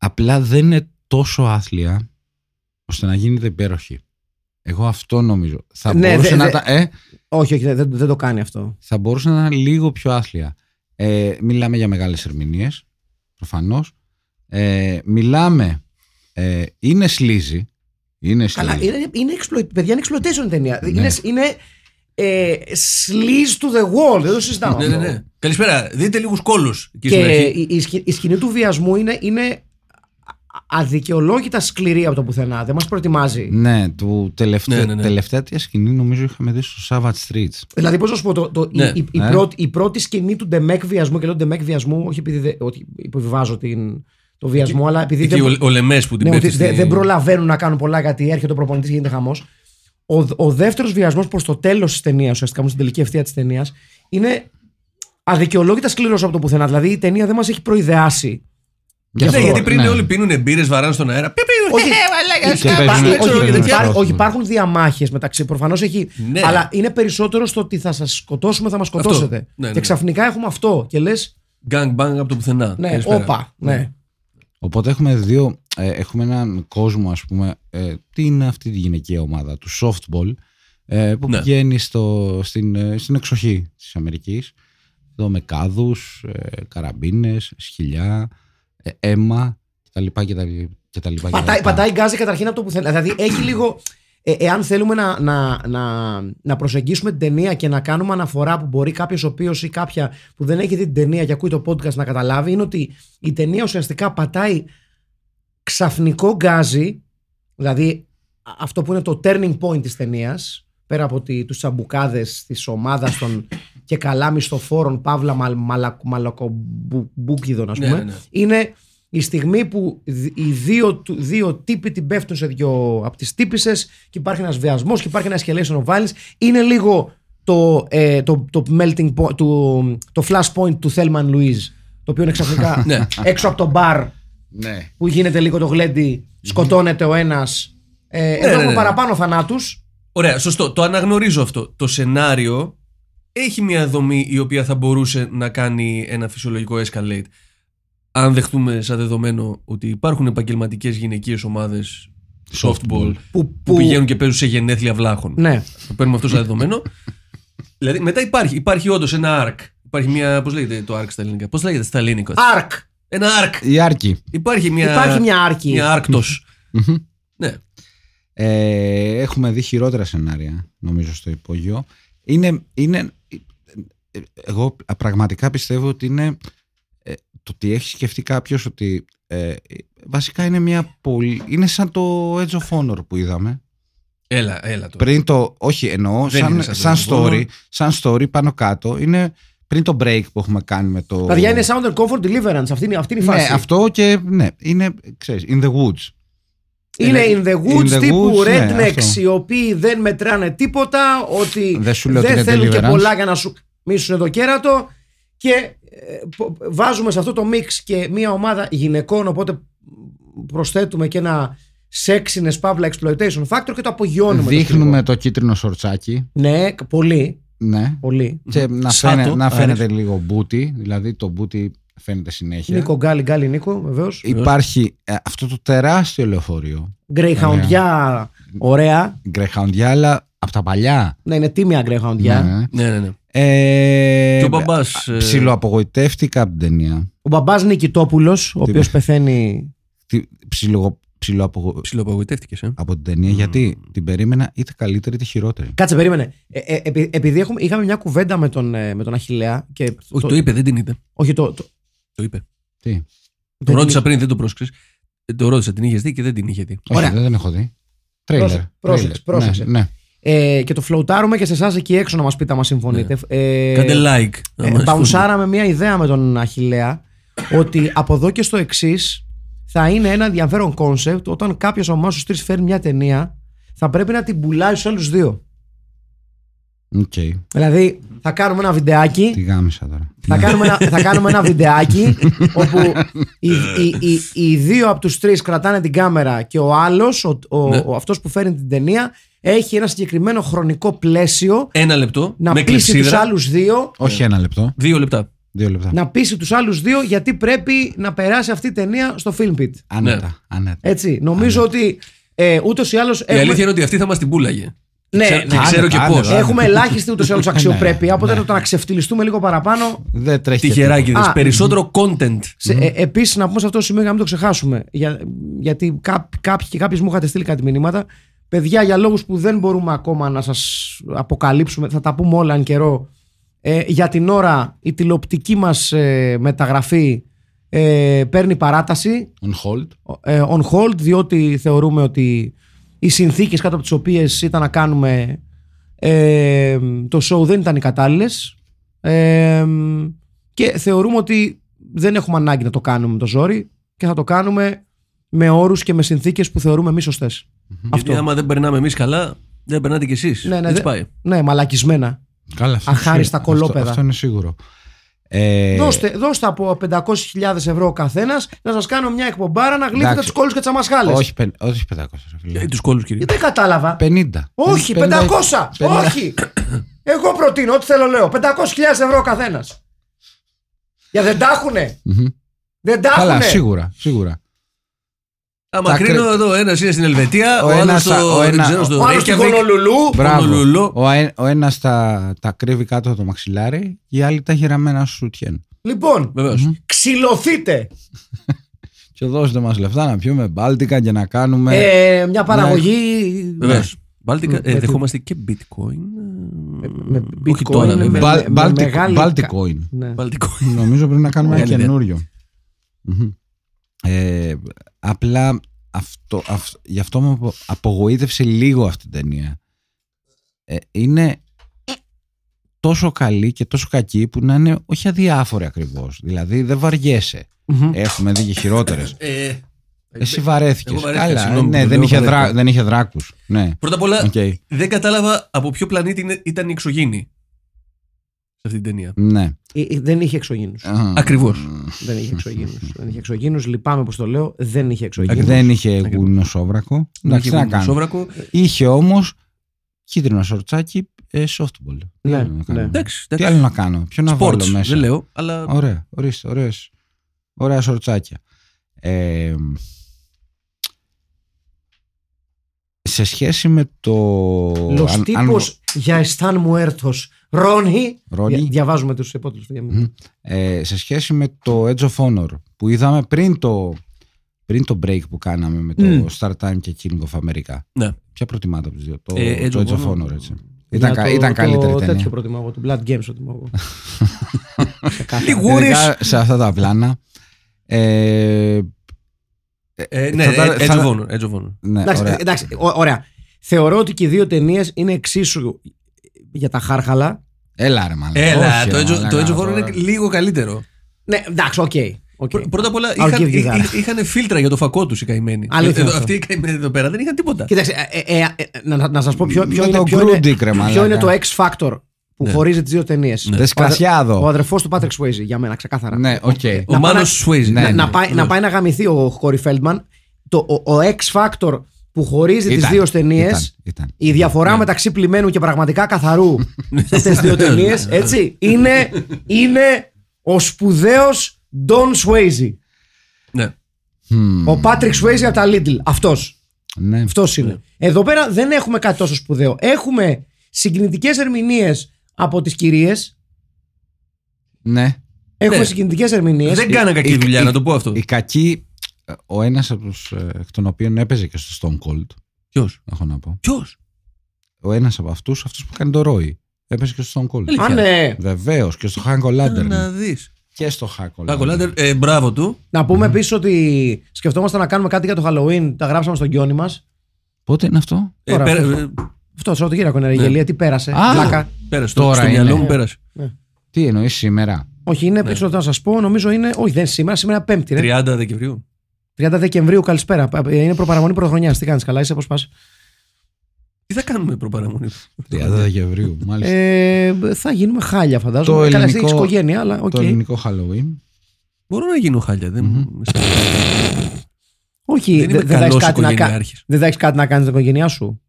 B: Απλά δεν είναι τόσο άθλια ώστε να γίνεται υπέροχη. Εγώ αυτό νομίζω. Θα
A: Ναι,
B: μπορούσε
A: δε-
B: να
A: δε-
B: τα. Ε,
A: Όχι, όχι, δεν, δεν το κάνει αυτό.
B: θα μπορούσε να ήταν λίγο πιο άθλια. Ε, μιλάμε για μεγάλες ερμηνείες, προφανώς. Ε, μιλάμε, ε, είναι σλίζι. Είναι
A: Καλά,
B: sleazy.
A: είναι, είναι exploit, παιδιά, είναι exploitation ταινία.
B: Ναι.
A: Είναι, είναι ε, sleaze to the wall, δεν το συζητάμε.
C: Ναι, ναι,
A: αυτό.
C: ναι. Καλησπέρα. Δείτε λίγους κόλους.
A: Και η, η, σκη- η σκηνή του βιασμού είναι, είναι αδικαιολόγητα σκληρή από το πουθενά. Δεν μας προετοιμάζει.
B: Ναι, του τελευταί,
C: Ναι, ναι, ναι.
B: τελευταία τέτοια σκηνή νομίζω είχαμε δει στο Savage Streets.
A: Δηλαδή, πώς να σου πω, το, το, η-
C: Ναι.
A: η, η,
B: Ναι.
A: πρώτη, η πρώτη σκηνή του Ντεμεκ βιασμού, και λέω Ντεμεκ βιασμού, όχι επειδή δεν- ότι υποβιβάζω την, το βιασμό, αλλά επειδή
C: Εκεί
A: δεν,
C: ο, ο Λεμές που την
A: ναι,
C: πέφτει.
A: ότι δεν-
C: στη-
A: δεν προλαβαίνουν να κάνουν πολλά γιατί έρχεται ο προπονητής και γίνεται χαμός. Ο, ο δεύτερος βιασμός προς το τέλος της ταινίας, ουσιαστικά μου στην τελική ευθεία της ταινίας, είναι αδικαιολόγητα σκληρός από το πουθενά. Δηλαδή η ταινία δεν μας έχει προειδεάσει.
B: Γι'
C: Ναι,
B: αυτό,
C: γιατί πριν
B: ναι.
C: όλοι πίνουν μπύρες, βαράνε στον αέρα. Πι, πι,
A: Όχι,
B: Και παίζουν-
A: όχι,
B: παίζουν
A: υπά-
B: πρόθυμα.
A: όχι, υπάρχουν διαμάχε μεταξύ. Προφανώ έχει.
C: Ναι.
A: Αλλά είναι περισσότερο στο ότι θα σα σκοτώσουμε, θα μα σκοτώσετε.
C: Ναι, ναι.
A: Και ξαφνικά έχουμε αυτό. Και λε,
C: Gang bang από το πουθενά.
A: ναι,
C: Καλησπέρα.
A: όπα. Ναι.
B: Οπότε έχουμε δύο, ε, έχουμε έναν κόσμο ας πούμε, ε, τι είναι αυτή τη γυναικεία ομάδα του softball ε, που
C: Ναι.
B: πηγαίνει στο, στην, ε, στην εξοχή της Αμερικής εδώ με κάδους, ε, καραμπίνες, σκυλιά, ε, αίμα κτλ. κτλ, κτλ, κτλ.
A: Πατάει, πατάει γκάζι καταρχήν από το πουθενά. Δηλαδή έχει λίγο. Ε, εάν θέλουμε να, να, να, να προσεγγίσουμε την ταινία και να κάνουμε αναφορά που μπορεί κάποιος ο οποίος ή κάποια που δεν έχει δει την ταινία και ακούει το podcast να καταλάβει, είναι ότι η ταινία ουσιαστικά πατάει ξαφνικό γκάζι, δηλαδή α- αυτό που είναι το turning point της ταινίας, πέρα από τη, τους τσαμπουκάδες της ομάδας των και καλά μισθοφόρων, παύλα μα, μαλακ- μαλακομπούκιδων ας
C: Ναι,
A: πούμε,
C: ναι, ναι.
A: είναι η στιγμή που δι- οι δύο, του- δύο τύποι την πέφτουν σε δυο από τις τύπησες και υπάρχει ένας βιασμός και υπάρχει ένα escalation of violence. Είναι λίγο το, ε, το, το melting point, το, το flash point του Θέλμαν Λουίζ, το οποίο είναι ξαφνικά
C: Ναι.
A: έξω από το μπαρ
B: Ναι.
A: που γίνεται λίγο το γλέντι, σκοτώνεται ο ένας. Ε, εδώ
C: ναι,
A: έχουμε
C: ναι.
A: παραπάνω θανάτους.
C: Ωραία, σωστό. Το αναγνωρίζω αυτό. Το σενάριο έχει μια δομή η οποία θα μπορούσε να κάνει ένα φυσιολογικό escalate. Αν δεχτούμε σαν δεδομένο ότι υπάρχουν επαγγελματικές γυναικείες ομάδες softball που,
A: Που, που,
C: πηγαίνουν και παίζουν σε γενέθλια βλάχων.
A: Ναι.
C: Το παίρνουμε αυτό σαν δεδομένο. δηλαδή μετά υπάρχει, υπάρχει όντως ένα arc. Υπάρχει μια. Πώς λέγεται το arc στα ελληνικά. Πώς λέγεται στα ελληνικά.
A: Αρκ.
C: Ένα arc.
B: Η Άρκη.
C: Υπάρχει μια.
A: Υπάρχει μια άρκη.
C: Μια άρκτο.
B: Μμμ.
C: ναι.
B: Ε, έχουμε δει χειρότερα σενάρια, νομίζω, στο υπόγειο. Είναι, είναι, εγώ πραγματικά πιστεύω ότι είναι ε, το ότι έχει σκεφτεί κάποιος ότι ε, βασικά είναι μια πολύ. είναι σαν το Edge of Honor που είδαμε.
C: Έλα, έλα τώρα.
B: Πριν το. Όχι, εννοώ,
C: Δεν
B: σαν,
C: είναι
B: σαν,
C: σαν το Edge of
B: story,
C: Honor.
B: σαν story πάνω κάτω. Είναι πριν το break που έχουμε κάνει με το.
A: Παιδιά είναι sound and comfort deliverance. Αυτή είναι, αυτή είναι η
B: ναι,
A: φάση.
B: αυτό και ναι, είναι, ξέρεις, in the woods.
A: είναι
B: είναι-
A: in the woods
B: in the
A: τύπου
B: woods, ναι,
A: rednecks
B: αυτό.
A: οι οποίοι δεν μετράνε τίποτα, ότι
B: Δεν σου λέω ότι είναι
A: θέλουν και
B: deliverance.
A: πολλά για να σου μίσουν εδώ κέρατο. Και ε, πο- βάζουμε σε αυτό το μίξ και μια ομάδα γυναικών, οπότε προσθέτουμε και ένα sexiness παύλα exploitation factor και το απογειώνουμε. το σκηνικό.
B: Δείχνουμε το κίτρινο σορτσάκι.
A: Ναι, πολύ.
B: Ναι.
A: πολύ.
B: Και να,
C: Σαν
B: φαίνε-
C: το,
B: να
C: άρεσε.
B: φαίνεται λίγο μπούτι, δηλαδή το μπούτι φαίνεται συνέχεια.
A: Νίκο Γκάλι, Γκάλι Νίκο, βεβαίως.
B: Υπάρχει ε, αυτό το τεράστιο λεωφορείο,
A: Γκρέιχαουντιά,
B: Ναι.
A: ωραία.
B: γκρεχαουντιά, αλλά από τα παλιά.
A: Ναι, είναι τίμια γκρέιχαουντιά.
B: Ναι.
C: Ναι, ναι, ναι.
B: Ε,
C: Και ο μπαμπάς, ε,
B: Ψιλοαπογοητεύτηκα από την ταινία.
A: Ο μπαμπάς Νικητόπουλος, ο οποίο πεθαίνει.
B: Τι- Ψιλο, ψηλοαπο...
C: Ψιλοπαγοητεύτηκε. Ε.
B: από την ταινία γιατί την περίμενα είτε καλύτερη είτε χειρότερη.
A: Κάτσε, περίμενε. Ε, ε, επει- επειδή έχουμε, είχαμε μια κουβέντα με τον, ε, με τον Αχηλέα. Και
C: Όχι, το είπε, δεν την είδε.
A: Όχι, το. το
C: Το είπε.
B: Τι.
C: Το
A: δεν-
C: ρώτησα πριν, δεν το πρόσκρισε. Το ρώτησα, την είχες δει και δεν την είχε δει.
A: Ωραία.
B: Όχι, δεν, δεν έχω δει. Τρέιλερ.
A: Πρόσεξε, πρόσεξε,
B: Τρέιλερ.
A: πρόσεξε.
B: Ναι, ναι.
A: Ε, και το φλουτάρουμε και σε εσάς εκεί έξω να μας πείτε άμα συμφωνείτε.
C: Ναι.
A: Ε,
C: Κάντε like. άμα
A: Ε,
C: συμφωνείτε.
A: μπαουνσάραμε μια ιδέα με τον Αχηλέα ότι από εδώ και στο εξής θα είναι ένα ενδιαφέρον κόνσεπτ όταν κάποιος από εμάς τους τρεις φέρνει μια ταινία, θα πρέπει να την πουλάει στου άλλου δύο.
B: ναι. Οκ.
A: Δηλαδή, θα κάνουμε ένα
B: Τη
A: βιντεάκι.
B: γάμισα τώρα. Ναι.
A: Θα
C: Ναι.
A: κάνουμε, ένα, θα κάνουμε ένα βιντεάκι όπου οι, οι, οι, οι δύο από τους τρεις κρατάνε την κάμερα και ο άλλος, ο, ο,
C: Ναι.
A: ο αυτός που φέρνει την ταινία, έχει ένα συγκεκριμένο χρονικό πλαίσιο
C: Ένα λεπτό.
A: να
C: με
A: πείσει τους
C: κλεψίδρα.
A: άλλους δύο
B: Όχι ένα λεπτό.
C: Δύο λεπτά.
B: Δύο λεπτά.
A: να πείσει τους άλλους δύο γιατί πρέπει να περάσει αυτή η ταινία στο film pit.
B: Άνετα.
C: Ναι.
B: άνετα.
A: Έτσι, νομίζω ότι ε, ούτως ή άλλως
C: Η
A: έχουμε,
C: αλήθεια είναι ότι αυτή θα μας την πούλαγε.
A: Ναι,
C: Ξέ-
A: ναι.
C: δεν ξέρω και
B: Άντε,
C: πώ.
B: άντε,
A: έχουμε ελάχιστη ούτως ή άλλως αξιοπρέπεια,
B: Ναι,
A: οπότε
B: ναι.
A: το να ξεφτυλιστούμε λίγο παραπάνω.
B: Δεν τρέχει.
C: Τυχεράκι
A: Ε, Α.
C: δες. Περισσότερο content.
A: Σε, ε, επίσης να πούμε σε αυτό το σημείο για να μην το ξεχάσουμε, για, γιατί κά, κάποιοι και κάποιες μου είχατε στείλει κάτι μηνύματα, παιδιά για λόγους που δεν μπορούμε ακόμα να σας αποκαλύψουμε, θα τα πούμε όλα αν καιρό, ε, για την ώρα η τηλεοπτική μας ε, μεταγραφή ε, παίρνει παράταση,
B: On hold.
A: ε, on hold διότι θεωρούμε ότι οι συνθήκες κάτω από τις οποίες ήταν να κάνουμε ε, το show δεν ήταν οι κατάλληλες ε, και θεωρούμε ότι δεν έχουμε ανάγκη να το κάνουμε με το ζόρι και θα το κάνουμε με όρους και με συνθήκες που θεωρούμε εμείς σωστές. Αυτό.
C: Γιατί άμα δεν περνάμε εμείς καλά, δεν περνάτε κι εσείς.
A: Ναι, ναι,
C: Έτσι
A: δε-
C: πάει.
A: ναι, μαλακισμένα.
B: Καλά, αυτό είναι
A: Αχάριστα
B: σίγουρο.
A: κολόπεδα.
B: Αυτό, αυτό είναι σίγουρο. Ε,
A: Δώστε, δώστε από 500.000 ευρώ ο καθένας να σας κάνω μια εκπομπάρα να γλύφετε
B: Εντάξει.
A: τους κόλους και τις αμασχάλες. Ε,
B: Όχι, πεν- όχι 500. ρε φίλε.
C: Του κόλου, κύριε.
A: Δεν κατάλαβα.
B: 50.
A: Όχι, 500!
B: 50.
A: Όχι! Εγώ προτείνω, ό,τι θέλω λέω. 500.000 ευρώ ο καθένας. Για δεν τα έχουνε.
B: Μμμ.
A: Δεν τα
B: Καλά,
A: έχουνε.
B: σίγουρα. σίγουρα.
C: Άμα
B: Τα
C: κρίνω
B: κρε-
C: εδώ, ένας είναι στην Ελβετία,
B: Ο
C: ο, άλλος
B: ένας- ο
C: στο. δεν
B: ένα-
C: ξέρω,
A: Ο
C: στο
A: άλλο του
C: Reykjavik.
A: Γονολουλού.
B: Μπράβο.
C: Λουλό.
B: Ο, αε- ο ένας τα, τα κρύβει κάτω από το μαξιλάρι, οι άλλοι τα έχει ραμμένα σου σουτιέν.
A: Λοιπόν,
C: Βεβαίως.
A: ξυλωθείτε.
B: Και δώστε μας λεφτά να πιούμε μπάλτικα και να κάνουμε.
A: Ε, μια παραγωγή.
B: Ναι.
C: Βεβαίως. Baltica,
A: με
C: ε,
A: τη-
C: δεχόμαστε και bitcoin. ε,
A: με
C: Όχι
A: bitcoin,
C: τώρα,
A: με-
C: βέβαια.
B: Μπα-
A: με- με
B: Baltic-
A: μεγάλη-
B: Balticoin.
A: Ναι.
C: Balticoin.
B: Νομίζω πρέπει να κάνουμε ένα
C: Μεγάλη
B: καινούριο. Μμμ. Ε, απλά αυτό, αυ- γι' αυτό μου απο- απογοήτευσε λίγο αυτή η ταινία. Ε, είναι τόσο καλή και τόσο κακή που να είναι όχι αδιάφορη ακριβώς. Δηλαδή δεν βαριέσαι.
A: Μμμ.
B: Έχουμε δει και χειρότερες.
C: Ε,
B: Εσύ βαρέθηκες.
C: εγώ βαρέθηκα,
B: Καλά.
C: συγγνώμη
B: ναι,
C: που
B: δεν
C: λέω,
B: είχε,
C: βαρέθηκα. Ε,
B: δρά, δεν είχε δράκους. Ναι.
C: Πρώτα απ' όλα,
B: Οκ.
C: δεν κατάλαβα από ποιο πλανήτη είναι- ήταν οι εξωγήινοι σε αυτή την ταινία.
B: Ναι.
A: Ε, ε, Δεν είχε εξωγήνους.
C: Ακριβώς.
A: Δεν είχε εξωγήνους. Δεν είχε εξωγήνους. Λυπάμαι που το λέω. Δεν είχε εξωγήνους.
B: Ε, Δεν είχε γούνινο σόβρακο. Εντάξει, τι να
C: Είχε
B: κάνουμε.
C: σόβρακο.
B: Είχε όμως κίτρινο σορτσάκι ε, softball. Τι
A: Ναι,
B: άλλο να κάνω.
A: ναι.
C: Εντάξει,
B: Τι άλλο
C: εντάξει.
B: να κάνω, ποιο να
C: Sports,
B: βάλω μέσα.
C: δεν λέω, αλλά
B: Ωραία, ορίστε, ωραίες, ωραία σορτσάκια. Ε, σε σχέση με το...
A: Los tipos ya están muertos. Ρόνι.
B: Ρόνι.
A: Δια- Διαβάζουμε τους υπότιτλους.
B: Μμμ. ε, σε σχέση με το Edge of Honor που είδαμε πριν το, πριν το break που κάναμε με το Star Time και King of America.
C: ναι.
B: Ποια προτιμάτε από τις δύο, το,
C: Ε, Edge
B: το
C: of
B: Edge of
C: Honor.
B: Honor έτσι. Ήταν, κα- ήταν καλύτερη
A: το,
B: ταινία.
A: Τέτοιο προτιμάω εγώ, το Blood Games προτιμάω εγώ. Ξεκάθαρα.
C: Λιγούρης.
B: Ειδικά σε αυτά τα πλάνα. Ε,
C: Ε, ναι,
B: Θα τα-
C: Edge
B: θα-
C: of Honor, Edge of Honor.
B: ναι,
A: Εντάξει,
B: ωραία.
A: εντάξει, ω- ωραία. Θεωρώ ότι και οι δύο ταινίες είναι εξίσου για τα χάρχαλα.
B: Έλα ρε μάλλον.
C: Έλα, το Edge- το Edge of Honor είναι λίγο καλύτερο.
A: Ναι, εντάξει, οκ. οκ.
C: Πρω- Πρώτα απ' όλα
A: I'll give you that.
C: είχαν, είχαν φίλτρα για το φακό τους οι καημένοι. Ε,
A: Αλήθεια
C: Εδώ,
A: αυτό.
C: αυτοί οι καημένοι εδώ πέρα δεν είχαν τίποτα.
A: Κοίταξε, ε, ε, ε, ε, να, να σας πω ποιο, ποιο,
B: Με
A: είναι,
B: τον
A: ποιο,
B: Grundy,
A: είναι,
B: κρε
A: ποιο
B: μαλάκα. Ναι.
A: είναι το X Factor που χωρίζει τις δύο ταινίες. Ο
B: Δεσκασιάδο.
A: αδερφός του Patrick Swayze για μένα, ξεκάθαρα.
B: Ναι, οκ.
C: Ο
A: Να-
C: Μάνος
A: να-
C: Σουέιζ.
B: Ναι,
A: να, να
B: ναι.
A: πάει, να πάει να γαμηθεί ο Χόρι Φέλτμαν. Το, ο, ο X Factor που χωρίζει τις
B: Ήταν,
A: δύο ταινίες.
B: ήταν, ήταν. Ναι.
A: Η διαφορά μεταξύ πλημμένου και πραγματικά καθαρού σε αυτέ τι δύο ταινίες,
B: Ναι.
A: έτσι, είναι, είναι ο σπουδαίος Don Swayze.
C: Ναι.
A: Ο Patrick Swayze από τα Lidl. Αυτός.
B: Ναι.
A: Αυτός είναι. Εδώ πέρα δεν έχουμε κάτι τόσο σπουδαίο. Έχουμε συγκινητικές ερμηνείες από τις κυρίες.
B: ναι.
A: Έχουμε
C: Ναι.
A: συγκινητικές ερμηνείες.
C: Δεν κάνανε κακή
B: η-
C: δουλειά,
B: η-
C: να το πω αυτό.
B: Η κακή ε, ο ένας από τους, ε, εκ των οποίων έπαιζε και στο Stone Cold,
C: Ποιος.
B: έχω να πω,
C: Ποιος.
B: ο ένας από αυτούς, αυτός που κάνει το Roy, έπαιζε και στο Stone Cold.
C: Αλήθεια. Ναι,
A: Α, ναι.
B: Βεβαίως και στο Hank O'Ladder.
C: Να δεις.
B: Και στο Hank
C: Κάκολάντερ, ε, μπράβο του.
A: Να πούμε επίσης ότι σκεφτόμασταν να κάνουμε κάτι για το Halloween. Τα γράψαμε στον Κιόνι μας.
B: Πότε είναι αυτό?
C: Ε,
A: Τώρα,
C: πέρα-
A: αυτό.
C: ε,
A: Αυτό το Σαββατοκύριακο είναι η
C: Ναι.
A: γελία. Τι πέρασε.
B: Α.
A: Πλάκα.
C: Πέρασε. Το,
B: Τώρα
C: στο
B: είναι.
C: μυαλό μου πέρασε.
B: Τι εννοείς σήμερα.
A: Όχι,
B: Ναι.
A: είναι πίσω να σας πω. Νομίζω είναι. Όχι, δεν είναι σήμερα. Σήμερα είναι Πέμπτη. Ρε.
C: 30 Δεκεμβρίου.
A: 30 Δεκεμβρίου, καλησπέρα. Ε, Είναι προπαραμονή πρωτοχρονιάς. Τι κάνεις, καλά, είσαι πώς πας.
C: Τι θα κάνουμε προπαραμονή.
B: 30 Δεκεμβρίου, μάλιστα.
A: Ε, θα γίνουμε χάλια, φαντάζομαι.
B: Το
A: Καλά, εσύ
B: ελληνικό-
A: έχεις οικογένεια, αλλά οκ.
B: Το ελληνικό Halloween.
C: Μπορώ να γίνω χάλια. Δεν, μου-
A: Όχι,
C: δεν
A: δε-
C: είμαι
A: δεν θα έχεις
C: καλός
A: κάτι, να... κα-
C: οικογενειάρχης.
A: δεν θα έχεις κάτι να κάνεις την οικογένειά σου.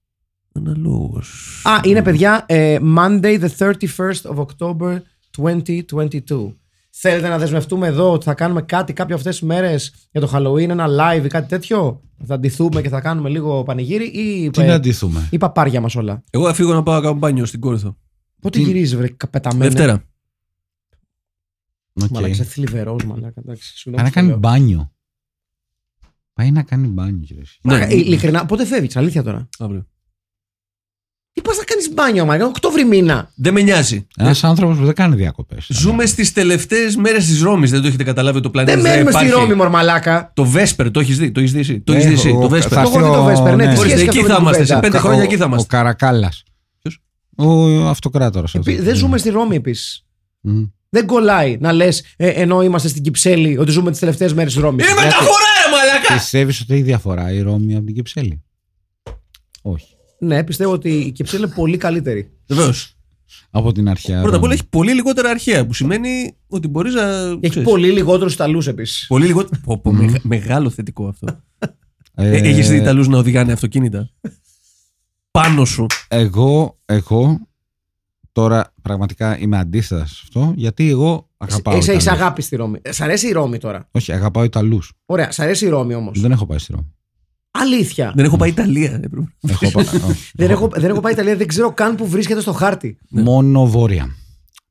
C: Αναλόγως.
A: Α, είναι παιδιά ε, Monday the 31st of October 2022. Θέλετε να δεσμευτούμε εδώ ότι θα κάνουμε κάτι κάποια αυτές τις μέρες για το Halloween, ένα live ή κάτι τέτοιο. Θα ντυθούμε και θα κάνουμε λίγο πανηγύρι ή, ε,
B: Τι να αντιθούμε.
A: ή παπάρια μας όλα.
C: Εγώ θα φύγω να πάω να κάνω μπάνιο στην Κόρυθο.
A: Ναι, Πότε
B: Τι-
A: γυρίζεις, βρε, καπεταμένο.
C: Δευτέρα.
B: Οκ.
A: Μαλάκα, είσαι θλιβερός, μαλάκα. εντάξει, συγγνώμη που
B: Πάει να
A: το
B: κάνει
A: λέω.
B: μπάνιο. Πάει να κάνει μπάνιο, κύριε. εσύ.
C: Ναι,
A: Μαλάκα, ε, Ειλικρινά, πότε φεύγεις, αλήθεια τώρα.
C: αύριο.
A: Τι πας να κάνεις μπάνιο, μαλάκα, Οκτώβρη μήνα.
C: Δεν με νοιάζει.
B: Ένας άνθρωπος που δεν κάνει διακοπές.
C: Ε. Ζούμε στις τελευταίες μέρες της Ρώμης. Ε, Δεν το έχετε καταλάβει ότι το πλανήτη.
A: Δεν μένουμε στη Ρώμη, Ναι, μορμαλάκα.
C: Το Βέσπερ, το έχεις δει. Το έχεις δει. εσύ. Το
B: Έχω-
C: έχεις δει. εσύ, Το Βέσπερ.
B: θα
A: Το
B: έρθει
A: έχω δει το
B: ο-
A: Vesper, ναι.
B: ναι.
A: τι
C: Ορίστε,
A: σχέση
C: εκεί
A: αυτό
C: θα
A: με την
C: είμαστε, σε
A: κουβέντα.
C: πέντε χρόνια εκεί θα
B: Ο
C: είμαστε.
B: Καρακάλας.
C: Ποιος?
B: Ο αυτοκράτορας.
A: Επί- Δεν ζούμε στη Ρώμη επίσης. Δεν κολλάει να λες ενώ είμαστε στην Κυψέλη ότι ζούμε τις τελευταίες μέρες της Ρώμης.
C: Είναι μεταφορά, ρε μαλακά!
B: Πιστεύεις ότι έχει διαφορά η Ρώμη από την Κυψέλη. Όχι.
A: Ναι, πιστεύω ότι η Κυψέλη είναι πολύ καλύτερη.
C: Βεβαίως.
B: Από την αρχαία.
C: Πρώτα απ' όλα
B: Ρώμη.
C: έχει πολύ λιγότερα αρχαία που σημαίνει ότι μπορείς να.
A: Έχει
C: ξέρεις,
A: πολύ λιγότερους Ιταλούς επίσης.
C: Πολύ λιγότερα. Πω, πω, μεγα- μεγάλο θετικό αυτό.
B: Ε,
C: Έχεις δει Ιταλούς να οδηγάνε αυτοκίνητα. Πάνω σου.
B: Εγώ, εγώ τώρα πραγματικά είμαι αντίθετα σε αυτό γιατί εγώ αγαπάω.
A: Έχεις
B: Ιταλούς.
A: αγάπη στη Ρώμη. Ε, Σ' αρέσει η Ρώμη τώρα.
B: Όχι, αγαπάω Ιταλούς.
A: Ωραία, σ' αρέσει η Ρώμη όμως.
B: Δεν έχω πάει στη Ρώμη.
A: Αλήθεια.
C: Δεν έχω πάει Ιταλία. ρε, πρέπει.
B: έχω, πα- όχι.
A: Δεν έχω, δεν έχω πάει Ιταλία, δεν ξέρω καν που βρίσκεται στο χάρτη.
B: Μόνο βόρεια.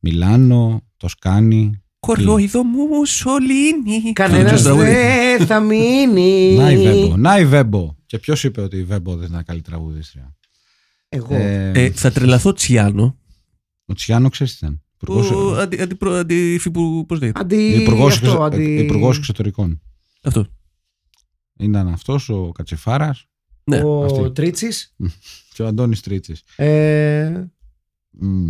B: Μιλάνο, Τοσκάνη.
C: Κορόιδο μου, Μουσολίνη.
A: Κανένας
C: Ξέρεις το τραγούδι.
A: δεν θα μείνει.
B: Να η Βέμπο. Να η Βέμπο. Και ποιος είπε ότι η Βέμπο δεν ήταν καλή τραγουδίστρια.
A: Εγώ.
B: Ε,
C: Ε, θα τρελαθώ Τσιάνο.
B: ο Τσιάνο ξέρεις τι ήταν.
C: Ο
B: ε.
C: αντι, αντιπρο, αντιφυπου- πώς λέγεται.
A: Αντί. ε, αυτό, αντι-
B: Υπουργός Εξωτερικών.
C: Αυτό.
B: Ήταν αυτός ο Κατσιφάρα
C: Ναι,
A: Ο
B: αυτή.
A: Τρίτσι.
B: και ο Αντώνης Τρίτσι.
A: Ε,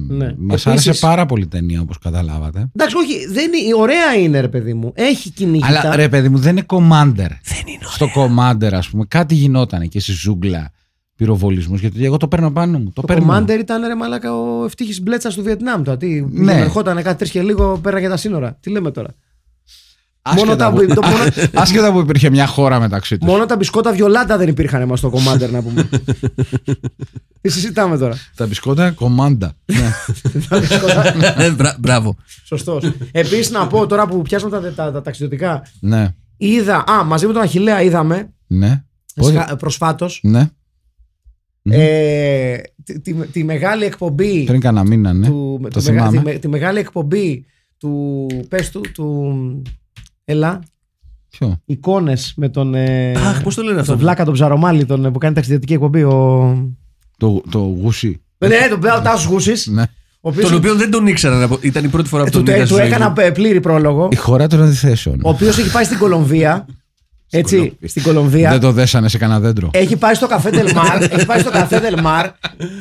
A: Ναι.
B: Μας
A: Επίσης-
B: άρεσε πάρα πολύ η ταινία όπως καταλάβατε.
A: Εντάξει, όχι, δεν είναι, ωραία είναι, ρε παιδί μου. Έχει κυνηγητά.
B: Αλλά ρε παιδί μου, δεν είναι Commander.
C: Δεν είναι
B: Στο Commander, ας πούμε, κάτι γινόταν εκεί στη ζούγκλα πυροβολισμού. Γιατί εγώ το παίρνω πάνω μου. Το,
A: το
B: παίρνω.
A: Commander ήταν ρε μαλάκα ο ευτύχης μπλέτσας του Βιετνάμ. Τώρα. Τι,
B: Ναι.
A: Ερχόταν κάτι τρεις και λίγο πέρα για τα σύνορα. Τι λέμε τώρα.
B: Άσχετα
A: Μόνο τα,
B: που-
A: μπι- το- μόνο,
B: Άσχετα που υπήρχε μια χώρα μεταξύ τους.
A: μόνο τα μπισκότα βιολάντα δεν υπήρχαν μα στο Commander να πούμε. Τι συζητάμε τώρα.
B: Τα μπισκότα κομμάντα. ναι.
C: Ε, μπρα- Μπράβο.
A: Σωστός. Επίσης να πω τώρα που πιάσαμε τα, τα, τα ταξιδιωτικά.
B: ναι.
A: Είδα, α, μαζί με τον Αχηλέα είδαμε
B: Ναι. Πότε-
A: προσφάτως
B: Ναι.
A: ε, τη, τη, τη μεγάλη εκπομπή.
B: Πριν κανένα μήνα, ναι.
A: του, με-
B: το
A: τη, μεγα- τη,
B: θυμάμαι.
A: με- τη μεγάλη εκπομπή του, πες του, του Ελά,
B: Ποιο.
A: εικόνες με τον, ε,
C: Αχ, πώς το λένε αυτό.
A: τον Βλάκα τον Ψαρομάλι τον, ε, που κάνει ταξιδιωτική εκπομπή. Ο...
B: Το, το γούσι.
A: ναι, τον Πέο Τάσος Γούσης,
B: Ναι.
A: ο οποίος Ε,
C: Τον οποίο δεν τον ήξερα. να πω. Ήταν η πρώτη φορά που
A: του,
C: τον
A: του,
C: είδα. στη ζωή μου.
A: έκανα ε, πλήρη πρόλογο,
B: Η χώρα των αντιθέσεων.
A: ο οποίος έχει πάει στην Κολομβία, έτσι,
B: Κολομβία.
A: στην Κολομβία,
B: Δεν το δέσανε σε κανένα δέντρο.
A: έχει πάει στο καφέ Τελμάρ, έχει πάει στο καφέ Τελμάρ,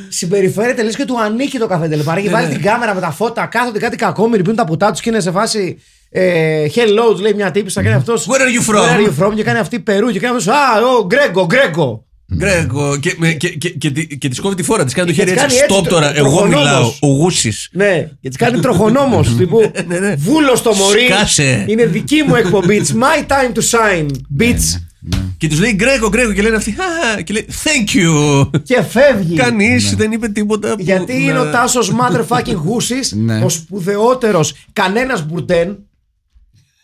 A: συμπεριφέρεται λες και του ανήκει το καφέ Τελμάρ.
C: Ναι,
A: Έχει βάλει την κάμερα με τα φώτα, κάθονται κάτι κακόμοιροι, πίνουν τα πουτά τους και είναι σε φάση. Ε, hello, του λέει μια τύπησα, κάνει αυτός
C: Where are you from?
A: Where are you from? Και κάνει αυτή Περού και κάνει αυτός Α, ο Γκρέγκο, Γκρέγκο.
C: Γκρέκο. Και, με- και, και, και, τη- και της σκόβει τη φόρα της. Κάνει το
A: Και
C: χέρι
A: Ε, της
C: έτσι.
A: κάνει έτσι
C: Στοπ
A: το-
C: τώρα.
A: το
C: Εγώ
A: χρονόμος.
C: μιλάω. Ο Γούσης.
A: Ναι, και της κάνει τροχονόμος. τύπου Βούλο το μωρή.
C: Σκάσε.
A: Είναι δική μου εκπομπή. It's my time to shine, bitch.
C: Και τους λέει Γκρέκο, Γκρέκο. Και λένε αυτοί. «Α», Και λέει Thank you.
A: Και φεύγει.
C: Κανείς δεν είπε τίποτα. που
A: Ναι.
C: ναι.
A: Γιατί
C: να-
A: είναι ο Τάσος motherfucking Γούσης,
B: Ναι.
A: ο σπουδαιότερο κανένα μπουρτέν.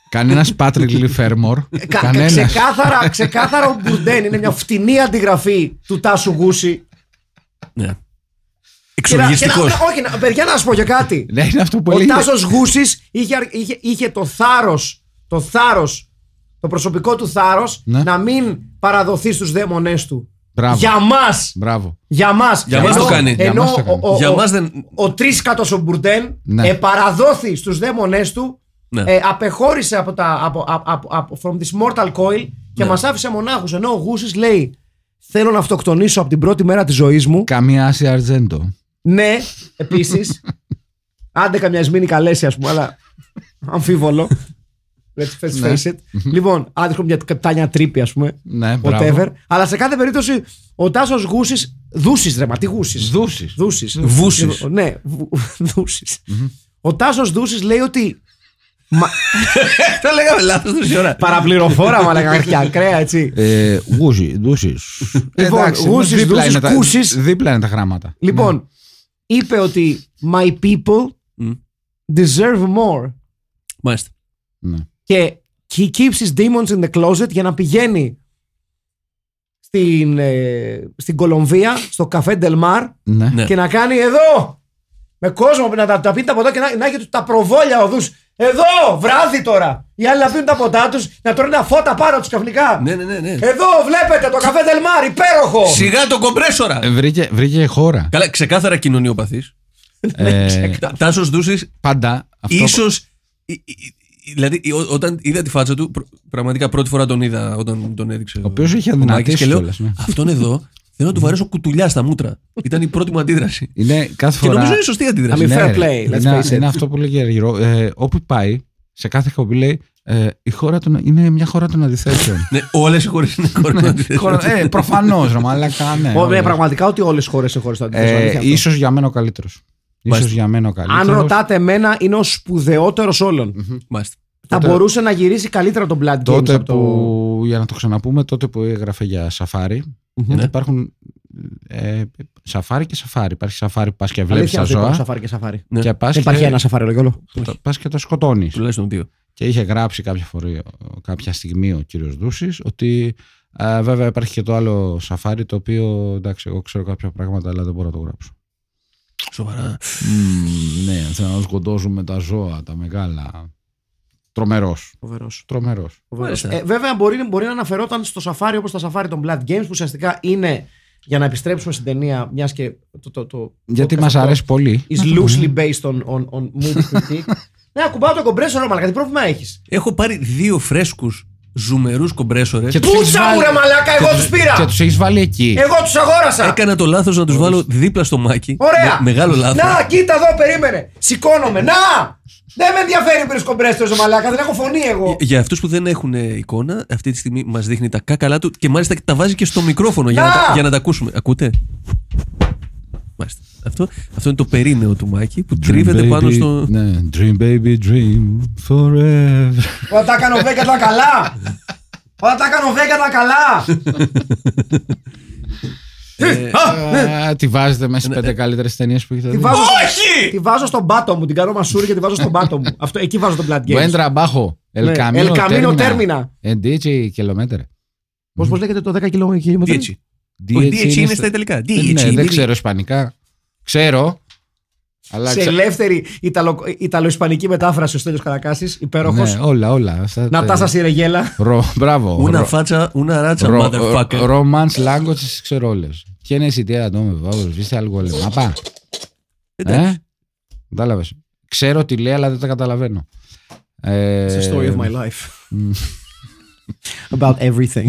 B: Κανένα Πάτρικ Λιφέρμορ.
A: Ε, Κα-
B: Κανένας.
A: Ξεκάθαρα, ξεκάθαρο μπουρντέν. Είναι μια φτηνή αντιγραφή του Τάσου Γούση.
C: Ναι.
A: Και να- και να-
C: Εξοργιστικός.
A: Όχι, να- παιδιά, να σας πω και κάτι.
B: Ναι, είναι αυτό που
A: Ο
B: λέει.
A: Τάσος Γούσης είχε, αρ- είχε, είχε το θάρρος το θάρρος, το προσωπικό του θάρρος
B: Ναι.
A: να μην παραδοθεί στους δαίμονές του.
B: Μπράβο.
A: Για μας!
B: Μπράβο.
A: Για μας!
C: Για μας
A: Ενώ-
C: το κάνει.
B: Για
A: Ενώ
B: μας το κάνει.
A: ο, ο,
C: Για
A: ο,
C: μας δεν-
A: ο τρίσκατος ο Μπουρντέν
B: Ναι.
A: ε, παραδόθη στους δαίμονές του,
C: Ναι.
A: ε, απεχώρησε από τα, από, από, από, από- from this mortal coil και
C: Ναι.
A: μας άφησε μονάχους. Ενώ ο Γούσης λέει θέλω να αυτοκτονήσω από την πρώτη μέρα της ζωής μου.
B: Καμία Άση Αρτζέντο.
A: Ναι, επίσης. Άντε καμιά Ισμήνη καλέσει, ας πούμε, αλλά αμφίβολο. Let's face
B: Ναι.
A: it. λοιπόν, άντε έχουμε μια τάνια τρύπη, ας πούμε.
B: Ναι, μπράβο.
A: Whatever. Αλλά σε κάθε περίπτωση, ο Τάσος Γούσης. Δούσης, ρε, μα τι Γούσης.
B: Δούσεις.
A: Δούση.
C: Βούσης.
A: Ναι, δούση. Ο Τάσος Δούσης λέει ότι. Μα,
C: Τα λέγαμε λάθος τόση ώρα.
A: παραπληροφόρα, μα λέγανε και ακραία, έτσι.
B: Ε, γούζι, δούσει.
A: Λοιπόν,
B: ναι,
A: γούζις, δούσεις, κούσεις.
B: Δίπλα είναι τα γράμματα.
A: λοιπόν, είπε ότι My people
C: Μμ.
A: deserve more.
C: Μάλιστα.
B: Ναι.
A: και he keeps his demons in the closet για να πηγαίνει στην, ε, στην Κολομβία, στο καφέ Del Mar
B: Ναι.
C: Ναι.
A: και να κάνει εδώ με κόσμο να τα, τα πίνει τα ποτά και να, να έχει τα προβόλια οδούς εδώ βράδυ τώρα οι άλλοι να πίνουν τα ποτά τους να τρώνε τα φώτα πάνω τους ξαφνικά
C: Ναι, ναι, ναι. ναι.
A: εδώ βλέπετε το καφέ Del Mar υπέροχο
C: Σιγά το κομπρέσορα.
B: Ε, Βρήκε, βρήκε χώρα.
C: Καλά, ξεκάθαρα κοινωνιοπαθής.
B: ε,
C: Τάσος Δούσης,
B: πάντα. Αυτό...
C: ίσως. Δηλαδή, ο- όταν είδα τη φάτσα του, πρω- πραγματικά πρώτη φορά τον είδα όταν τον έδειξε. Ο
B: οποίος είχε
C: Μάκης
B: αδυνατήσει
C: και λέω,
B: κιόλας, ναι.
C: Αυτόν εδώ θέλω να του βαρέσω κουτουλιά στα μούτρα. Ήταν η πρώτη μου αντίδραση.
B: Είναι κάθε
C: Και
B: φορά.
C: νομίζω είναι σωστή αντίδραση.
A: Αμυ- fair
B: ρε.
A: play, let's
B: είναι,
A: face it.
B: είναι αυτό που λέγει Αργυρό. Ε, όπου πάει, σε κάθε εκπομπή λέει ε, η χώρα των, είναι μια χώρα των αντιθέσεων.
C: Ναι, όλες οι χώρες είναι κορυφαίε.
B: Χώρα- ε, προφανώς, ρε μαλάκα, ναι.
A: Ω, ναι,
B: όντως.
A: πραγματικά ότι όλες οι χώρες έχουν χωρίς το αντίθεσμο, αλήθεια
B: ε,
A: αυτό.
B: ίσως για μένα ο καλύτερος. Ίσως
C: Μάλιστα.
B: για μένα ο καλύτερος.
A: αν ρωτάτε εμένα είναι ο σπουδαιότερος όλων
C: Μάλιστα.
A: θα
B: Τότε-
A: μπορούσε να γυρίσει καλύτερα τον Blood Games
B: τότε
A: από το...
B: που, για να το ξαναπούμε, τότε που έγραφε για σαφάρι. Γιατί
C: Ναι.
B: υπάρχουν ε, σαφάρι και σαφάρι. Υπάρχει σαφάρι που πας και βλέπεις
A: Αλήθεια
B: τα
A: είναι ότι υπάρχουν
B: ζώα
A: σαφάρι και σαφάρι.
C: Ναι.
B: και πας
A: Δεν
B: και,
A: υπάρχει ένα σαφάρι, λέω κιόλα.
B: που τα- πας και το σκοτώνεις.
C: Τουλάχιστον δύο.
B: Και είχε γράψει κάποια, φορή, κάποια στιγμή ο κύριος Δούσης ότι ε, βέβαια υπάρχει και το άλλο σαφάρι το οποίο εντάξει εγώ ξέρω κάποια πράγματα αλλά δεν μπορώ να το γράψω.
C: Σοβαρά.
B: Μμμ, ναι, θέλω να σκοτώσουμε τα ζώα, τα μεγάλα. Τρομερός. Τρομερός.
C: Μάλιστα.
A: Ε, βέβαια, μπορεί, μπορεί να αναφερόταν στο σαφάρι όπως τα σαφάρι των Blood Games, που ουσιαστικά είναι για να επιστρέψουμε στην ταινία, μιας και το. το, το
B: Γιατί
A: podcast
B: μας
A: αυτό
B: αρέσει πολύ.
A: Is loosely based on, on, on movie critique. ναι, ακουμπάω το κομπρέσορο, μαλακά. Τι πρόβλημα έχεις.
C: Έχω πάρει δύο φρέσκους ζουμερούς κομπρέσορες.
B: Και τους έχεις
A: Πούτσα μου,
B: βάλει-
A: ρε μαλακά,
B: και
A: εγώ
B: τους-
A: τους πήρα.
B: Και τους έχεις βάλει εκεί.
A: Εγώ τους αγόρασα.
C: Έκανα το λάθος να τους βάλω δίπλα στο μάκι.
A: Ωραία.
C: Με- μεγάλο λάθος.
A: Να, κοίτα εδώ, περίμενε. Σηκώνομαι. Να! Δεν με ενδιαφέρει πριν κομπρέσορο, μαλακά. Δεν έχω φωνή
B: Ε,
A: εγώ.
C: Για αυτούς που δεν έχουν ε, εικόνα, αυτή τη στιγμή μας δείχνει τα κάκαλά του και μάλιστα τα βάζει και στο μικρόφωνο για να,
A: Να!
C: τα, για να τα ακούσουμε. Ακούτε. Μάλιστα. Αυτό, αυτό είναι το περίμεο του Μάκη που κρύβεται
B: Dream
C: πάνω
B: baby,
C: στο.
B: Ναι, dream baby, dream forever.
A: Όταν τα κάνω βέγγια τα καλά. Όταν τα κάνω βέγγια τα καλά.
B: Α, Τη βάζετε μέσα στις πέντε καλύτερες ταινίες που έχετε
A: Τη
B: δει.
A: βάζω, Τη βάζω στον πάτο μου. Την κάνω μασούρι και τη βάζω στον πάτο μου. Αυτό, εκεί βάζω τον Blood Games.
B: Buen trabajo. El
A: Ναι, El
B: camino
A: Camino
B: termina. Ε, En 10 kilómetros.
A: Πώς πώς λέγεται το 10 κιλό- χιλιόμετρο.
C: Διέτσι. Ο Διέτσι είναι στα Ιταλικά. Διέτσι.
B: Ναι, δεν
C: Διέτσι.
B: ξέρω ισπανικά. Ξέρω. Αλλά
A: Σε
B: ξέρω.
A: ελεύθερη Ιταλο- Ιταλο-Ισπανική μετάφραση ο Στέλιος Καρακάσης, υπέροχος.
B: Ναι, όλα, όλα. Στα-
A: Να τάσα σιρεγέλα.
B: Ρο, μπράβο.
C: Ούνα
B: Ρο-
C: φάτσα, ούνα ράτσα,
B: ρο-
C: motherfucker.
B: Romance language τις ξέρω όλες. ¿Quién es idea no me vamos? ¿Viste algo el mapa? Ε, Κατάλαβες. Ξέρω τι λέει, αλλά δεν τα καταλαβαίνω. Ε,
A: It's the story of my life. About everything.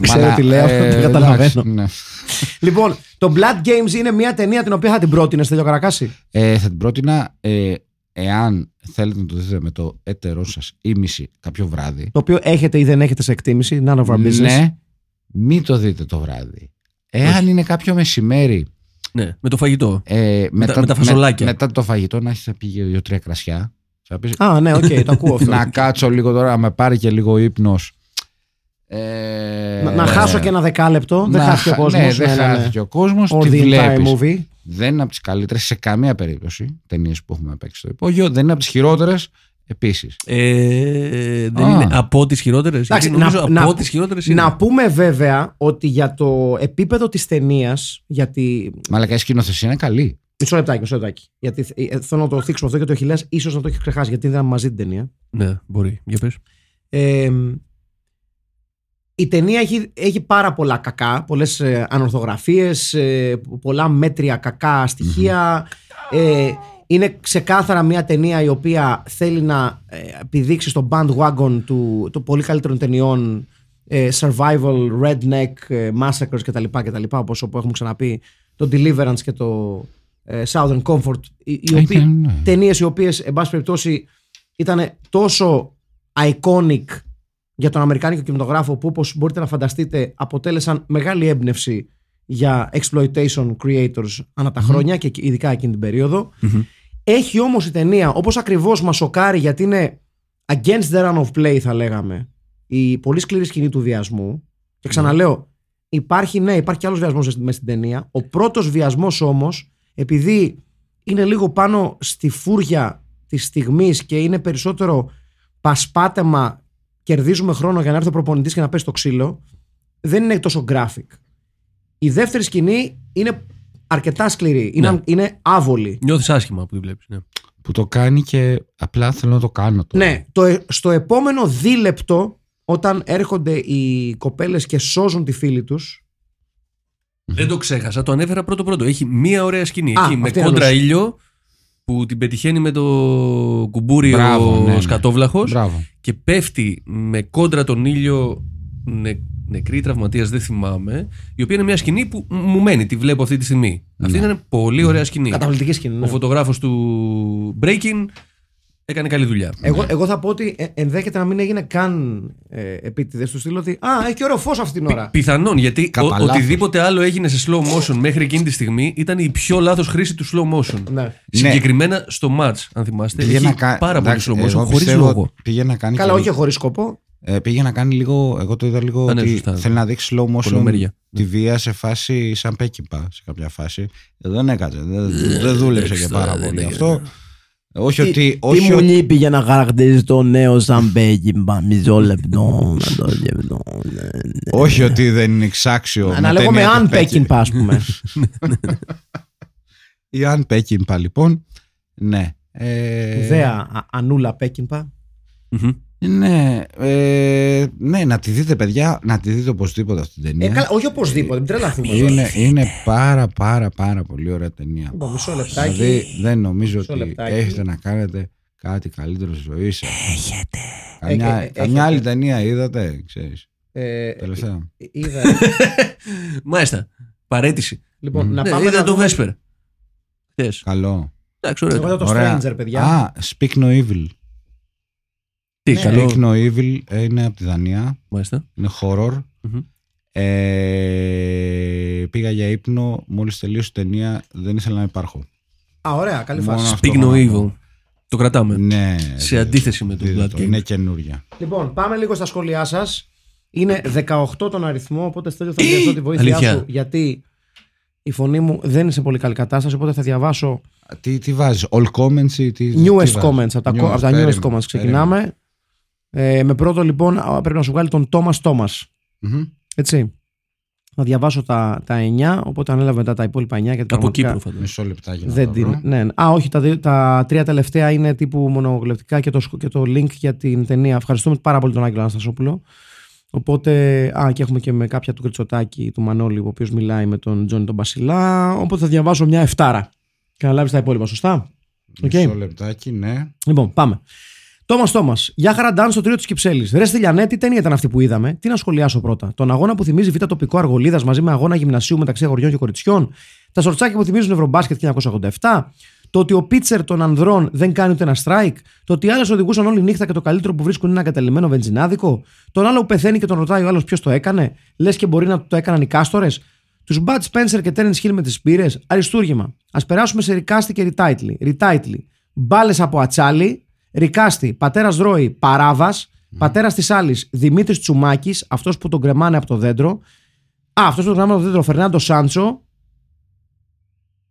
A: Ξέρω
B: μάνα,
A: τι λέω,
B: ε,
A: δεν
B: εντάξει,
A: καταλαβαίνω.
B: ναι.
A: Λοιπόν, το Blood Games είναι μια ταινία την οποία θα την πρότεινες, Στέλιο Καρακάση.
B: Ε, θα την πρότεινα, ε, εάν θέλετε να το δείτε με το έτερό σας ήμιση κάποιο βράδυ,
A: Το οποίο έχετε ή δεν έχετε σε εκτίμηση. None of our business.
B: ναι, μην το δείτε το βράδυ. Εάν είναι κάποιο μεσημέρι,
C: Ναι, με το φαγητό.
B: ε, μετά,
C: με τα φασολάκια.
B: με- μετά το φαγητό, να έχεις πει δύο-τρία κρασιά. Θα πεις,
A: Α, ναι, οκ, το ακούω αυτό.
B: να κάτσω λίγο τώρα, να με πάρει και λίγο ύπνος. Ε,
A: Να- να χάσω και ένα δεκάλεπτο. Δεν
B: να
A: χάθηκε ο
B: χα-
A: κόσμος.
B: Ναι, δεν χάθηκε ο κόσμος.
A: Or
B: Τη
A: the entire
B: βλέπεις.
A: movie.
B: Δεν είναι από τις καλύτερες σε καμία περίπτωση ταινίες που έχουμε παίξει στο υπόγειο. Δεν είναι από τις χειρότερες επίσης.
C: Ε, δεν
B: Α.
C: είναι από τις χειρότερες.
A: Εντάξει,
C: Νομίζω
A: να-
C: από
A: να-
C: τις χειρότερες
A: Να πούμε βέβαια ότι για το επίπεδο της ταινίας. Γιατί.
B: Μαλακά η σκηνοθεσία είναι καλή.
A: Μισό λεπτάκι, μισό λεπτάκι. Γιατί ε, ε, θέλω να το θίξουμε αυτό και το χιλιάς, ίσως να το έχει ξεχάσει, γιατί είδαμε μαζί την ταινία.
C: Ναι, μπορεί. Για πες.
A: Ε, η ταινία έχει, έχει πάρα πολλά κακά, πολλές ε, ανορθογραφίες, ε, πολλά μέτρια κακά στοιχεία. Ε, είναι ξεκάθαρα μια ταινία η οποία θέλει να ε, επιδείξει στο bandwagon του, του πολύ καλύτερων ταινιών ε, survival, redneck, ε, massacres κτλ. κτλ όπως όπου έχουμε ξαναπεί το Deliverance και το ε, Southern Comfort. Οι, οι
B: Ε,
A: οποίοι-
B: ναι, ναι.
A: ταινίες οι οποίες, εν πάση περιπτώσει, ήταν τόσο iconic για τον Αμερικάνικο κινηματογράφο που όπως μπορείτε να φανταστείτε αποτέλεσαν μεγάλη έμπνευση για exploitation creators ανά τα χρόνια και ειδικά εκείνη την περίοδο. Έχει όμως η ταινία, όπως ακριβώς μας σοκάρει γιατί είναι against the run of play θα λέγαμε, η πολύ σκληρή σκηνή του βιασμού και ξαναλέω, υπάρχει, ναι, υπάρχει και άλλος βιασμός μέσα στην ταινία. Ο πρώτος βιασμός όμως, επειδή είναι λίγο πάνω στη φούρια της στιγμής και είναι περισσότερο πασπάτεμα κερδίζουμε χρόνο για να έρθει ο προπονητής και να πέσει το ξύλο, δεν είναι τόσο graphic. Η δεύτερη σκηνή είναι αρκετά σκληρή. Είναι,
C: Ναι.
A: είναι άβολη.
C: Νιώθεις άσχημα που την βλέπεις. Ναι.
B: Που το κάνει και απλά θέλω να το κάνω τώρα.
A: Ναι, το, ε- στο επόμενο δίλεπτο, όταν έρχονται οι κοπέλες και σώζουν τη φίλη τους,
C: Δεν το ξέχασα, το ανέφερα πρώτο-πρώτο. Έχει μία ωραία σκηνή.
A: Α,
C: εκεί, με
A: αυτή
C: κόντρα
A: εννοούσα.
C: ήλιο που την πετυχαίνει με το κουμπούρι
B: Μπράβο,
C: ο
B: ναι, ναι.
C: σκατόβλαχος
B: Μπράβο.
C: και πέφτει με κόντρα τον ήλιο νε, νεκρή τραυματίας, δεν θυμάμαι, η οποία είναι μια σκηνή που μου μένει, τη βλέπω αυτή τη στιγμή. Αυτή ήταν πολύ ωραία σκηνή.
A: καταπληκτική σκηνή.
C: Ο
A: ναι.
C: φωτογράφος του Breaking έκανε καλή δουλειά.
B: Ναι.
A: Εγώ, εγώ θα πω ότι ε, ενδέχεται να μην έγινε καν ε, επίτηδες του στείλω ότι Α, έχει και ωραίο φως αυτή την ώρα.
C: Πιθανόν, γιατί ο,
B: Κατά λάθος.
C: οτιδήποτε άλλο έγινε σε slow motion μέχρι εκείνη τη στιγμή ήταν η πιο λάθος χρήση του slow motion.
A: Ναι.
C: Συγκεκριμένα στο match, αν θυμάστε.
B: Πήγε
C: έχει
B: να κα-
C: πάρα πολύ
B: εντάξει,
C: slow motion,
B: εγώ
C: χωρίς
B: πιστεύω
C: λόγο.
B: Πήγε να κάνει.
A: Καλά,
B: και-
A: όχι και χωρίς σκοπό.
B: ε, πήγε να κάνει λίγο. Εγώ το είδα λίγο.
C: Α, ναι,
B: ότι
C: σωστά.
B: θέλει να δείξει slow motion
C: Κολομέρια.
B: τη βία σε φάση σαν πέκυπα σε κάποια φάση. Ε, Δεν έκατσε. Δεν, δεν δούλεψε και
C: εντάξει,
B: πάρα
C: τώρα, δεν
B: πολύ
C: έγινε.
B: αυτό. Όχι ότι.
D: Τι
B: Όχι
D: μου
B: ότι.
D: λείπει για να χαρακτηρίζει το νέο σαν μπέγιμπα. Μισό λεπτό. Να το σκεφτώ. ναι, ναι.
B: Όχι ότι δεν είναι εξάξιο. με
A: Να λέγομαι
B: ταινία
A: αν
B: του Πέκυπα.
A: Πέκινπα, α πούμε.
B: Η Αν Πέκυπα, λοιπόν. Ναι. Ε,
A: Ιδέα α- Ανούλα Πέκινπα. Ε,
C: Μμμ.
B: Ναι, ε, ναι, να τη δείτε, παιδιά. Να τη δείτε οπωσδήποτε αυτή την
A: Ε,
B: ταινία.
A: καλά, όχι οπωσδήποτε, μην τρελαθούμε. εδώ.
B: Ναι. Ε, Είναι, είναι πάρα πάρα πάρα πολύ ωραία ταινία.
A: Λοιπόν, Μισό
B: Δηλαδή
A: λεπτάκι.
B: δεν νομίζω
A: Μισό
B: ότι
A: λεπτάκι.
B: έχετε να κάνετε κάτι καλύτερο στη ζωή σας.
D: Έχετε.
B: Καμιά,
A: Ε, ε, ε, έχετε.
B: καμιά άλλη ταινία είδατε, ξέρεις,
A: Ε,
B: τελευταία.
A: ε, είδα-
C: Μάλιστα. Παρέτηση.
A: Λοιπόν, να
D: ε,
C: Ναι,
A: πάμε.
C: είδα
A: να
C: το
A: δούμε-
C: Vesper. Χθες.
B: Καλό.
C: Εντάξει, ωραίο.
A: Εγώ είδα
C: ήταν.
A: το
B: Ωραία.
A: Stranger, παιδιά.
B: Α, Speak No Evil.
C: Τι,
A: ναι.
C: καλό.
B: Speak No Evil ε, είναι από τη Δανία,
C: Μάλιστα.
B: είναι horror.
C: Μμμ.
B: Ε, πήγα για ύπνο, μόλις τελείωσε η ταινία δεν ήθελα να υπάρχω.
A: Α, ωραία, καλή
B: Μόνο
A: φάση.
B: αυτό
C: Speak no
B: έχω να
C: evil. Το κρατάμε.
B: Ναι.
C: Σε αντίθεση με το
B: δείτε
C: Blood
B: το,
C: King.
B: Είναι καινούρια.
A: Λοιπόν, πάμε λίγο στα σχόλιά σας. Είναι 18 τον αριθμό, οπότε Στέλιο θα χρειαστώ τη βοήθειά
C: Αλήθεια.
A: σου, γιατί η φωνή μου δεν είναι σε πολύ καλή κατάσταση, οπότε θα διαβάσω
B: Τι, τι βάζεις, all comments ή τι, τι
A: Newest
B: βάζεις?
A: comments. Από τα,
B: Newest,
A: κο- από τα
B: περίμενε,
A: newest comments
B: περίμενε.
A: ξεκινάμε. Ε, με πρώτο λοιπόν α, πρέπει να σου βγάλει τον Thomas Thomas.
B: Μμμ.
A: Έτσι. Να διαβάσω τα, τα 9, οπότε ανέλαβε μετά τα υπόλοιπα 9 γιατί
C: Από
A: πραγματικά
C: Κύπρο φαντάζομαι.
B: Μισό λεπτάκι να
A: Δεν
B: το
A: την.
B: βρω.
A: Ναι, ναι. Α, όχι, τα, δύο- τα τρία τελευταία είναι τύπου μονογλωτικά και το, σχ- και το link για την ταινία. Ευχαριστούμε πάρα πολύ τον Άγγελο Αναστασόπουλο. Οπότε, α, και έχουμε και με κάποια του Κριτσοτάκη, του Μανώλη, ο οποίος μιλάει με τον Τζόνι τον Βασιλά. Οπότε θα διαβάσω μια εφτάρα και να λάβεις τα υπόλοιπα, σωστά. Οκ.
B: Μισό λεπτάκι, ναι.
A: Λοιπόν, πάμε. Τόμας Τόμας. Γεια χαρά, Ντάν στο τρίο της Κυψέλης. Ρε Στυλιανέ, τι ταινία ήταν αυτή που είδαμε. Τι να σχολιάσω πρώτα. Τον αγώνα που θυμίζει β' τοπικό αργολίδας μαζί με αγώνα γυμνασίου μεταξύ αγοριών και κοριτσιών. Τα σορτσάκια που θυμίζουν Ευρωμπάσκετ 1987. Το ότι ο πίτσερ των ανδρών δεν κάνει ούτε ένα στράικ. Το ότι οι άλλες οδηγούσαν όλη νύχτα και το καλύτερο που βρίσκουν είναι ένα καταλημμένο βενζινάδικο. Τον άλλο που πεθαίνει και τον ρωτάει ο άλλος ποιος το έκανε. Λες και μπορεί να το έκαναν οι κάστορες. Τους Μπατ Spencer και Terence Hill με τις πύρες. Αριστούργημα. Ας περάσουμε σε ρικάστη και ριτάιτλι. Ριτάιτλι. Μπάλες από ατσάλι. Ρικάστη. Πατέρας Ρόη. Παράβα. Πατέρας της άλλης. Δημήτρης Τσουμάκης. Αυτός που τον κρεμάνε από το δέντρο. Α, αυτός που τον κρεμάνε από το δέντρο. Φερνάντο Σάντσο.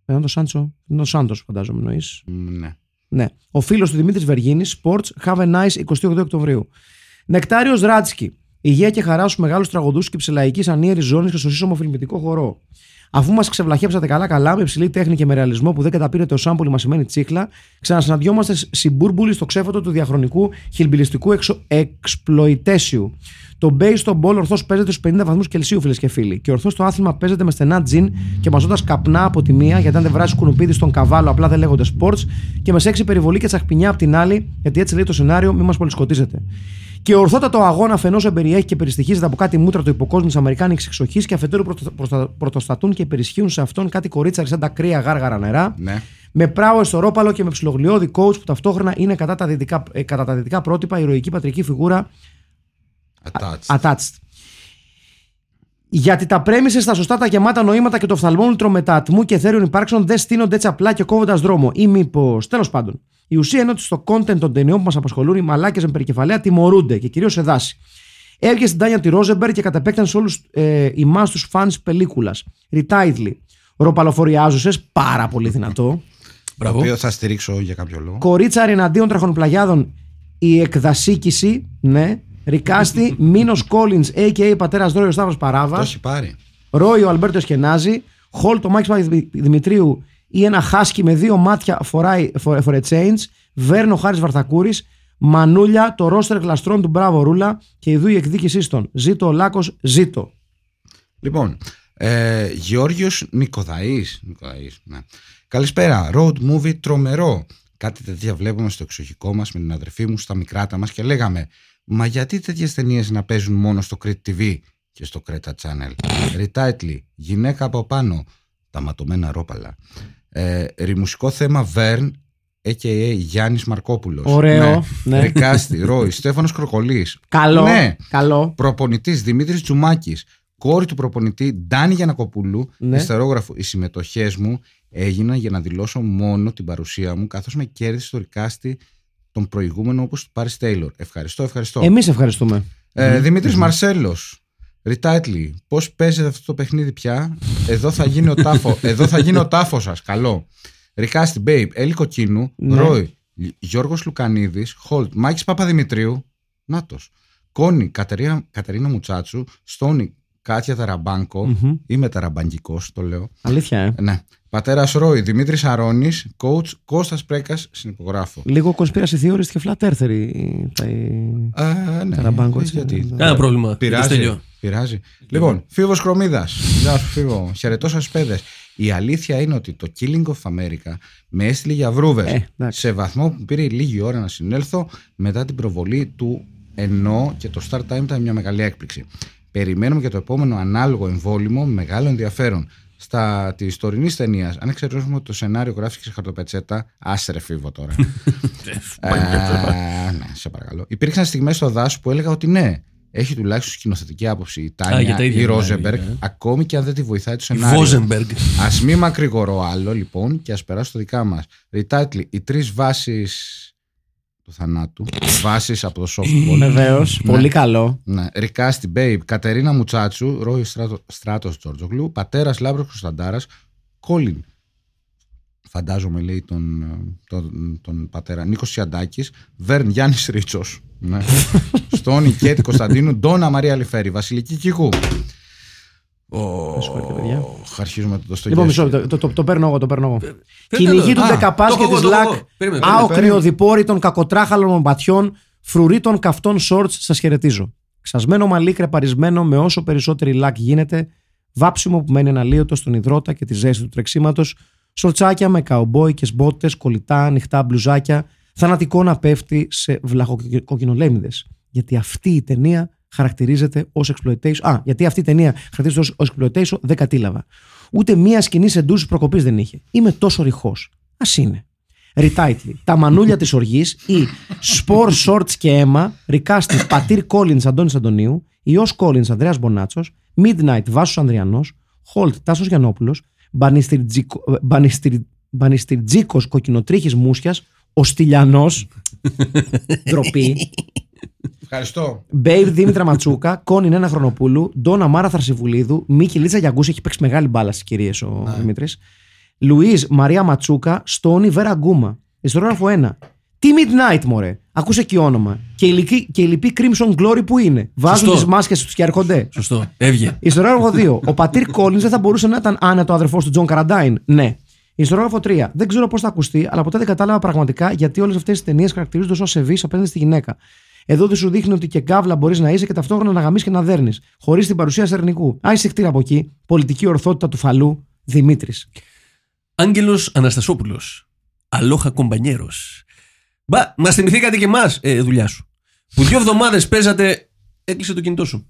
A: Φερνάντο Σάντσο. Είναι ο Σάντος, φαντάζομαι εννοείς.
B: Μ, ναι.
A: Ναι. Ο φίλος του Δημήτρης Βεργίνης, Sports, Have a nice 28 Οκτωβρίου. Νεκτάριο Ράτσκι. Υγεία και χαρά στους μεγάλους τραγωδούς και ψηλαϊκής ανίερη ζώνης και στο σύσσωμο φιλμητικό χορό. Αφού μας ξεβλαχέψατε καλά-καλά με υψηλή τέχνη και με ρεαλισμό που δεν καταπήρετε ω άμπολη μα σημαίνει τσίχλα, ξανασυναντιόμαστε συμπουρμπουλοι στο ξέφωτο του διαχρονικού χιλμπιλιστικού εξο... εξπλοϊτέσιου. Το baseball ball ορθώ παίζεται στους 50 βαθμούς Κελσίου, φίλες και φίλοι. Και ορθώ το άθλημα παίζεται με στενά τζιν και μαζώντας καπνά από τη μία, γιατί αν δεν βράσει κουνουπίδι στον καβάλο, απλά δεν λέγονται sports, και με σεξι περιβολή και τσαχπινιά από την άλλη, γιατί έτσι λέει το σενάριο, μη μας πολυσκοτίζετε. Και ορθότατο αγώνα αφενός εμπεριέχει και περιστοιχίζεται από κάτι μούτρα του υποκόσμου τη Αμερικάνικης εξοχής και αφετέρου προστα- προστα- πρωτοστατούν και υπερισχύουν σε αυτόν κάτι κορίτσαρ σαν τα κρύα γάργαρα νερά.
B: Ναι.
A: Με πράο στο ρόπαλο και με ψιλογλιώδη coach που ταυτόχρονα είναι κατά τα δυτικά, ε, κατά τα δυτικά πρότυπα ηρωική πατρική φιγούρα
B: Attached.
A: attached. Γιατί τα πρέμισες στα σωστά τα γεμάτα νοήματα και το φθαλμόμετρο μετατμού και θέρεων υπάρξεων δεν στείνονται έτσι απλά και κόβοντας δρόμο. Ή μήπως. Τέλος πάντων, η ουσία είναι ότι στο content των ταινιών που μας απασχολούν οι μαλάκες με περικεφαλαία τιμωρούνται και κυρίως σε δάση. Έβγε στην Τάνια τη Ρόζεμπερ και κατ' επέκταση όλους ε, εμάς τους φαν πελίκουλα. Ριτάιδλι. Ροπαλοφοριάζουσες, πάρα πολύ δυνατό.
B: Το
C: Μπράβο.
B: οποίο θα στηρίξω για κάποιο λόγο.
A: Κορίτσαρη εναντίον τραχονοπλαγιάδων η εκδασίκηση, ναι. Ρικάστη, Μίνος Κόλλιν, a.k.a. πατέρας Δρόιο Σταύρος
B: Το
A: Παράβα.
B: έχει πάρει.
A: Ρόι ο Αλμπέρτο Εσκενάζη. Χολ το Μάκης Παπαδη- Δημητρίου ή ένα χάσκι με δύο μάτια φοράει for, for a change. Βέρνο Χάρης Βαρθακούρης. Μανούλια, το ρόστερ γλαστρών του Μπράβο Ρούλα και ειδού η εκδίκησής των. Ζήτω ο Λάκος, ζήτω.
B: Λοιπόν, ε, Γεώργιος Νικοδαής, Νικοδαής ναι. Καλησπέρα, road movie τρομερό. Κάτι τέτοια βλέπουμε στο εξοχικό μας με την αδερφή μου στα μικράτα μας και λέγαμε «Μα γιατί τέτοιες ταινίες να παίζουν μόνο στο Crete TV και στο Creta Channel». Ριτάιτλι, γυναίκα από πάνω, τα ματωμένα ρόπαλα. Ε, ρημουσικό θέμα Βέρν, a.k.a. Γιάννης Μαρκόπουλος.
A: Ωραίο, ναι.
B: Ρικάστη, Ρόι, Στέφανος Κροκολής.
A: Καλό.
B: Ναι.
A: Καλό.
B: Προπονητής Δημήτρης Τσουμάκη. Κόρη του προπονητή Ντάνη Γιανακοπούλου.
A: Ναι.
B: Ιστερόγραφο. Οι συμμετοχές μου έγιναν για να δηλώσω μόνο την παρουσία μου, καθώς με κέρδισε το ρικάστη τον προηγούμενο όπως του Πάρη Τέιλορ. Ευχαριστώ, ευχαριστώ.
A: Εμείς ευχαριστούμε.
B: Ε, Δημήτρης Μαρσέλος. Ριτάιτλι, πώς παίζετε αυτό το παιχνίδι πια. Εδώ θα γίνει ο τάφο, εδώ θα γίνει ο τάφος σας. Καλό. Ρικάστη, Babe, Έλλη Κοκκίνου,
A: Ναι.
B: Ρόι, Γιώργος Λουκανίδης, Χολτ, Μάκης Παπαδημητρίου, Νάτος. Κόνη, Κατερίνα, Κατερίνα Μουτσάτσου, Στόνη, Κάτια Ταραμπάνκο,
A: Μμμ.
B: είμαι ταραμπανκικός, το λέω.
A: Αλήθεια, ε.
B: Ε, Ναι. Πατέρας Ρόι, Δημήτρης Αρώνης, coach Κώστας Πρέκας, συνυπογράφω.
A: Λίγο conspiracy theorist και flat earther η- τα- η-
B: Ε, ναι,
A: Ταραμπάνκο, έτσι,
B: γιατί.
A: ναι.
C: Κάνα πρόβλημα.
B: Πειράζει.
C: Πειράζει.
B: Πειράζει. Λοιπόν, Φίβος Κρομίδα. Γεια σου, Φίβο. Χαιρετώ σας, παιδες. Η αλήθεια είναι ότι το Killing of America με έστειλε για βρούβες.
A: Ε, εντάξει.
B: σε βαθμό που πήρε λίγη ώρα να συνέλθω μετά την προβολή του ενώ και το start time ήταν μια μεγάλη έκπληξη. Περιμένουμε και το επόμενο ανάλογο εμβόλυμο με μεγάλο ενδιαφέρον. Στα της τωρινής ταινίας, αν εξαιρέσουμε ότι το σενάριο γράφτηκε σε χαρτοπετσέτα, άσερε φίβο τώρα. Α, Ε, ναι, σε παρακαλώ. Υπήρξαν στιγμές στο δάσο που έλεγα ότι ναι, έχει τουλάχιστον σκηνοθετική άποψη η
C: για τα
B: Τάνια ή
C: ίδια
B: η
C: μιλάει,
B: Ρόζεμπεργκ,
C: ε.
B: ακόμη και αν δεν τη βοηθάει το σενάριο.
C: Βόζενμπεργκ.
B: Α μην μακρηγορώ άλλο λοιπόν και ας περάσω στο δικά μας. Ριτάιτλι, οι τρεις βάσεις του θανάτου. βάσεις από το
C: Ε,
B: softball.
A: Βεβαίως. Πολύ καλό.
B: ναι. Ρικάστη, Babe, Κατερίνα Μουτσάτσου, Ρόι Στράτο Τζορτζογλου, πατέρας Λάμπρος Κωνσταντάρας, Κόλιν. Φαντάζομαι λέει τον, ε, τον, τον πατέρα Νίκος Σιαντάκη, Βέρν Γιάννης Ρίτσος. Ναι. Στον Ικέτη Κωνσταντίνου, Ντόνα Μαρία Λιφέρη, Βασιλική Κικού.
A: Συγχωρείτε, παιδιά.
B: Οχ, αρχίζουμε το στο
A: Λοιπόν,
B: γεύση.
A: μισό λεπτό. Το, το, το παίρνω εγώ. Το παίρνω εγώ.
C: Φέρτε
A: Κυνηγή
C: εδώ.
A: του
C: Α,
A: Δεκαπά
C: το
A: και
C: έχω
A: της
C: εγώ, το έχω
A: Λακ.
C: εγώ. Περίμενε,
A: Άοκνοι οδηπόροι των κακοτράχαλων ομπατιών, φρουροί των καυτών σόρτ, σας χαιρετίζω. Ξασμένο μαλλί κρεπαρισμένο με όσο περισσότερη λακ γίνεται, βάψιμο που μένει αναλύωτο στον υδρότα και τη ζέστη του τρεξίματος, σορτσάκια με καουμπόικε μπότε, κολλητά, ανοιχτά μπλουζάκια, θανατικό να πέφτει σε βλαχοκοκκινολέμιδες. Γιατί αυτή η ταινία χαρακτηρίζεται ως exploitation. Α, γιατί αυτή η ταινία χαρακτηρίζεται ως exploitation, δεν κατήλαβα. Ούτε μία σκηνή εντούση προκοπής δεν είχε. Είμαι τόσο ρηχός. Ας είναι. Ριτάιτλι. Τα μανούλια της οργής ή σπορ σόρτ και αίμα. Ρικάστη. Πατήρ Κόλλιν Αντώνης Αντωνίου. Ιω Κόλλιν Ανδρέας Μπονάτσος. Midnight Βάσος Ανδριανός. Χολτ Τάσος Γιανόπουλο. ε, Μπανιστριτζίκο Κοκκινοτρίχης Μούσιας. Ο Στυλιανό. Ντροπή.
B: Ευχαριστώ.
A: Μπέιβ Δήμητρα Ματσούκα. Κόνιν Ένα Χρονοπούλου. Ντόνα Μάρα Θαρσιβουλίδου. Μίκη Λίτσα Γιαγκούση. Έχει παίξει μεγάλη μπάλα στις κυρίες ο Δημήτρης. Λουίζ Μαρία Ματσούκα, Στόνη Βέρα Γκούμα. Ιστορόγραφο 1. Τι Midnight, μωρέ. Ακούσε και όνομα. Και η, λυκή- και η λυπή Crimson Glory που είναι. Βάζουν
C: Σωστό.
A: τις μάσκες τους και έρχονται.
C: Σωστό. Έβγε.
A: Ιστορόγραφο 2. Ο πατήρ Κόλλιν δεν θα μπορούσε να ήταν άνετο αδερφός του Τζον Καραντάιν. Ναι. Ιστορόγραφο 3. Δεν ξέρω πώς θα ακουστεί, αλλά ποτέ δεν κατάλαβα πραγματικά γιατί όλες αυτές τι ταινίες χαρακτηρίζονται ως ευεί απέναντι στη γυναίκα. Εδώ δεν σου δείχνει ότι και καύλα μπορείς να είσαι και ταυτόχρονα να γαμεί και να δέρνεις, χωρίς την παρουσία σερνικού. Άισε χτύρα από εκεί, πολιτική ορθότητα του φαλού, Δημήτρης.
C: Άγγελος Αναστασόπουλος. Αλόχα κομπανιέρος. Μπα, μας θυμηθήκατε και εμάς. Ε, δουλειά σου. Που δύο εβδομάδες παίζατε. Έκλεισε το κινητό σου.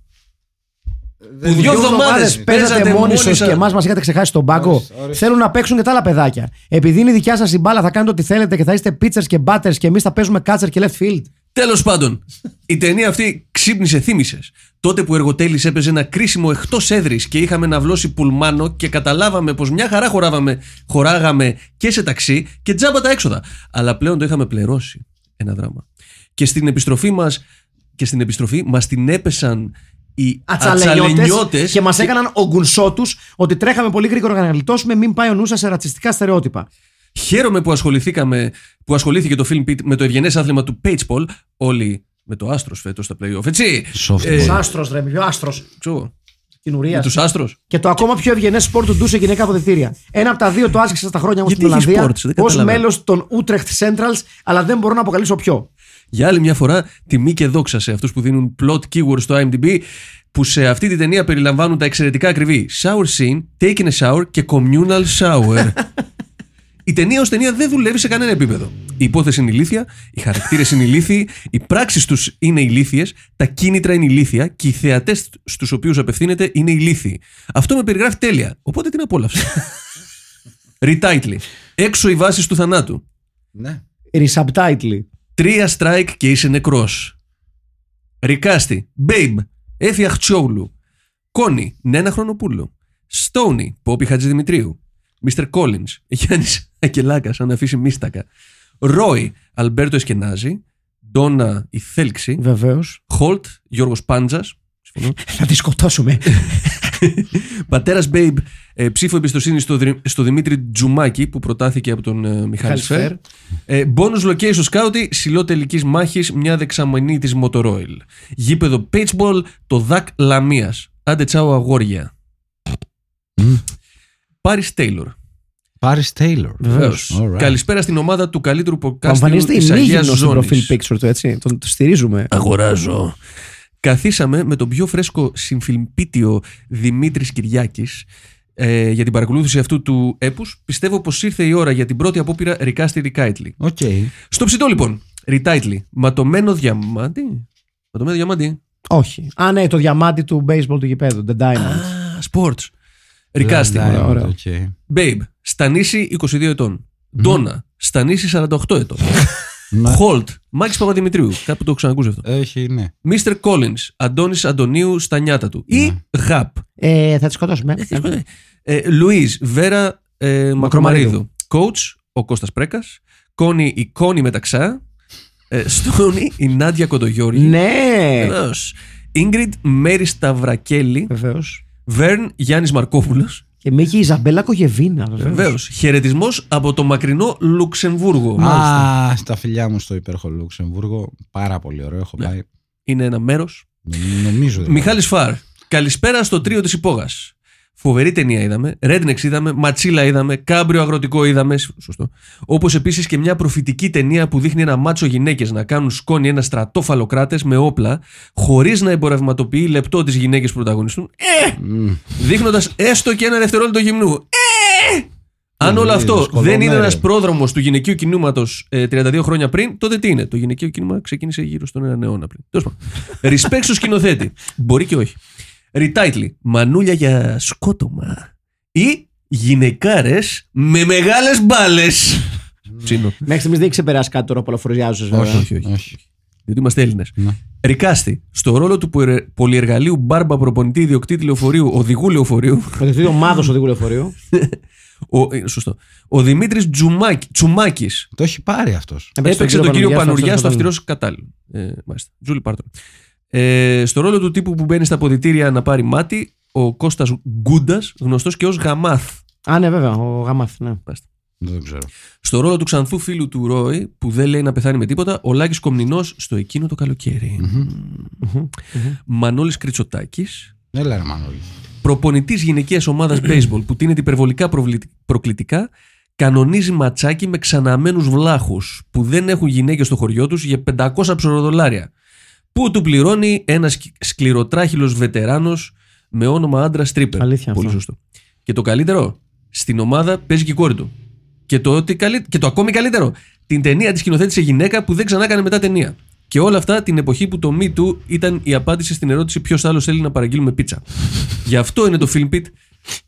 C: Που δύο εβδομάδες παίζατε μόνοι
A: σα και
C: σα.
A: εμάς μας είχατε ξεχάσει στον πάγκο. Θέλουν να παίξουν και τα άλλα παιδάκια. Επειδή είναι η δικιά σας η μπάλα, θα κάνετε ό,τι θέλετε και θα είστε πίτσερ και μπάτερ και εμείς θα παίζουμε κάτσερ και left field.
C: Τέλος πάντων, η ταινία αυτή ξύπνησε, θύμησες. Τότε που εργοτέλης έπαιζε ένα κρίσιμο εκτός έδρης και είχαμε να βλώσει πουλμάνο και καταλάβαμε πως μια χαρά χωράβαμε, χωράγαμε και σε ταξί και τζάμπα τα έξοδα. Αλλά πλέον το είχαμε πληρώσει ένα δράμα. Και στην επιστροφή μας και στην επιστροφή μας την έπεσαν οι
A: ατσαλενιώτες
C: ατσαλενιώτες
A: και μας έκαναν ογκουνσό τους ότι τρέχαμε πολύ γρήγορα να γλιτώσουμε, μην πάει ο νους σας σε ρατσιστικά στερεότυπα.
C: Χαίρομαι που, ασχοληθήκαμε, που ασχολήθηκε το film Pit με το ευγενές άθλημα του Pageball. Όλοι με το άστρο φέτος στα playoff, έτσι.
B: Softball.
C: Ε,
A: Ο άστρο, ρε, πιο άστρο
C: ξέρω εγώ,
A: την
C: με
A: ουρία.
C: του άστρου.
A: Και το ακόμα πιο ευγενές σπορ του ντουσε γυναίκα αποδητήρια. Ένα από τα δύο το άσκησα στα χρόνια μου
C: Γιατί
A: στην
C: έχει
A: Ολλανδία
C: sports, δεν
A: ως
C: καταλαβαίνω.
A: μέλος των Utrecht Centrals, αλλά δεν μπορώ να αποκαλύψω ποιο.
C: Για άλλη μια φορά, τιμή και δόξα σε αυτούς που δίνουν plot keywords στο IMDb, που σε αυτή τη ταινία περιλαμβάνουν τα εξαιρετικά ακριβή shower scene, taking a shower και communal shower. Η ταινία ως ταινία δεν δουλεύει σε κανένα επίπεδο. Η υπόθεση είναι ηλίθια, οι χαρακτήρες είναι ηλίθιοι, οι πράξεις τους είναι ηλίθιες, τα κίνητρα είναι ηλίθια και οι θεατές στους οποίους απευθύνεται είναι ηλίθιοι. Αυτό με περιγράφει τέλεια, οπότε την απόλαυσα. Retitling. Έξω οι βάσεις του θανάτου.
B: Ναι.
A: Resubtitle.
C: Τρία strike και είσαι νεκρός. Ρικάστη, Babe, Έφη Αχτσόουλου. Κόνη, Νένα Χρονοπούλου. Στόνη, Πόπι Χατζηδημητρίου. Μίστερ Κόλλιν, Γιάννη Ακελάκα, αν αφήσει μίστακα. Ρόι, Αλμπέρτο Εσκενάζη. Ντόνα, η Θέλξη.
A: Βεβαίως.
C: Χολτ, Γιώργος Πάντζας.
A: Θα τη
C: Ε,
A: σκοτώσουμε.
C: Πατέρας Babe, ε, ψήφο εμπιστοσύνη στο, Δρυ- στο Δημήτρη Τζουμάκη που προτάθηκε από τον ε, Μιχάλη
A: Σφαίρ.
C: Σφαίρ. Ε, bonus location σκάουτι, σιλό τελικής μάχης, μια δεξαμενή της Motoroil. Γήπεδο Pageball, το ΔΑΚ Λαμίας. Άντε τσάω αγόρια. Πάρη Τέιλορ.
B: Πάρη Τέιλορ. Alright.
C: Καλησπέρα στην ομάδα του καλύτερου
A: Θα
C: podcast
A: εμφανίζεται η
C: της Αγίας
A: Μίγινο στο
C: Ζώνης.
A: προφίλ picture του, έτσι. Τον το στηρίζουμε.
C: Αγοράζω. Καθίσαμε με τον πιο φρέσκο συμφιλμπίτιο Δημήτρης Κυριάκης ε, για την παρακολούθηση αυτού του έπους. Πιστεύω πως ήρθε η ώρα για την πρώτη απόπειρα Ρικάστη Ρικάιτλι.
B: Οκ.
C: Στο ψητό λοιπόν, Ρικάιτλι, ματωμένο διαμάντι. Ματωμένο διαμάντι.
A: Όχι. Α, ναι, το διαμάντι του baseball του γηπέδου. The Diamond.
C: Α, sports. Ρικάστη.
B: Blind Diamond,
A: Ωραία.
B: οκ.
C: Babe, Στανίση 22 ετών. Ντόνα, Στανίση 48 ετών.
B: Ναι.
C: Χολτ, Μάκης Παπαδημητρίου. Κάπου το ξανακούζε αυτό.
B: Έχει, ναι.
C: Μίστερ Collins, Αντώνης Αντωνίου στα νιάτα του. Ή ΓΑΠ.
A: Ε, θα τη σκοτώσουμε.
C: Ε, Λουίζ Βέρα ε, Μακρομαρίδου. Coach ο Κώστας Πρέκας. Κόνη η Κόνη Μεταξά. Ε, Στόνη η Νάντια Κοντογιώργη.
A: Ναι.
C: Βεβαίως. Ίγκριντ Μέρι Σταυρακέλη.
A: Βεβαίως.
C: Βέρν Γιάννης Μαρκόπουλος.
A: Και Μίκη η Ιζαμπέλα Κογεβίνα. Βεβαίως.
C: Βεβαίως. Χαιρετισμός από το μακρινό Λουξεμβούργο.
B: Α, στα φιλιά μου στο υπέροχο Λουξεμβούργο. Πάρα πολύ ωραίο, έχω
C: Ναι.
B: πάει.
C: Είναι ένα μέρος
B: Νομίζω. δηλαδή.
C: Μιχάλης Φαρ. Καλησπέρα στο τρίο της υπόγας. Φοβερή ταινία είδαμε, Rednex είδαμε, Ματσίλα είδαμε, Κάμπριο Αγροτικό είδαμε, σωστό. Όπως επίσης και μια προφητική ταινία που δείχνει ένα μάτσο γυναίκες να κάνουν σκόνη ένα στρατόφαλο κράτες με όπλα, χωρίς να εμπορευματοποιεί λεπτό τις γυναίκες που πρωταγωνιστούν, ε! δείχνοντας έστω και ένα δευτερόλεπτο γυμνού. Ε! Αν
B: Ναι,
C: όλο
B: ναι,
C: αυτό
B: δυσκολό,
C: δεν είναι
B: ναι, ρε.
C: ένας πρόδρομος του γυναικείου κινήματος ε, 32 χρόνια πριν, τότε τι είναι. Το γυναικείο κίνημα ξεκίνησε γύρω στον έναν αιώνα πριν. Τέλος πάντων. Respect στο σκηνοθέτη. Μπορεί και όχι. Retitle. Μανούλια για σκότωμα. Ή γυναικάρες με μεγάλες μπάλες.
B: Ναι.
C: Ψήνω.
A: Μέχρι στιγμής δεν έχει ξεπεράσει κάτι τώρα πολλοφοριάζοντα.
B: όχι,
C: όχι,
B: όχι,
C: όχι.
B: όχι.
C: Διότι είμαστε Έλληνες.
B: Ναι.
C: Ρικάστη. Στο ρόλο του πουερε- πολυεργαλείου μπάρμπα προπονητή ιδιοκτήτη λεωφορείου, οδηγού λεωφορείου,
A: Προτεθεί ομάδος οδηγού λεωφορείου.
C: ο, ε, σωστό. Ο Δημήτρης Τσουμάκης
B: Το έχει πάρει αυτός.
C: έπαιξε τον κύριο Πανουριά στο αυστηρό
A: αυστηρός.
C: κατάλληλο. Ε, μάλιστα. Τζούλι Πάρτον. Ε, στο ρόλο του τύπου που μπαίνει στα αποδητήρια να πάρει μάτι, ο Κώστας Γκούντας, γνωστός και ως Γαμάθ.
A: Α, ναι, βέβαια, ο Γαμάθ. Ναι.
B: Δεν το ξέρω.
C: Στο ρόλο του ξανθού φίλου του Ρόι, που δεν λέει να πεθάνει με τίποτα, ο Λάκης Κομνηνός στο εκείνο το καλοκαίρι. Μανώλης Κριτσοτάκης,
B: Έλα ρε Μανώλη.
C: προπονητής γυναικείας ομάδας baseball που τίνεται υπερβολικά προβλη- προκλητικά, κανονίζει ματσάκι με ξαναμένους βλάχους που δεν έχουν γυναίκες στο χωριό τους για 500 ψωροδολάρια, που του πληρώνει ένας σκ- σκληροτράχυλος βετεράνος με όνομα άντρα stripper.
A: Αλήθεια
C: Πολύ
A: αυτό.
C: σωστό. Και το καλύτερο, στην ομάδα παίζει και η κόρη του. Και το, ότι καλύ- και το ακόμη καλύτερο, την ταινία της σκηνοθέτησε γυναίκα που δεν ξανά έκανε μετά ταινία. Και όλα αυτά την εποχή που το Me Too ήταν η απάντηση στην ερώτηση ποιος άλλος θέλει να παραγγείλουμε πίτσα. Γι' αυτό είναι το Film Pit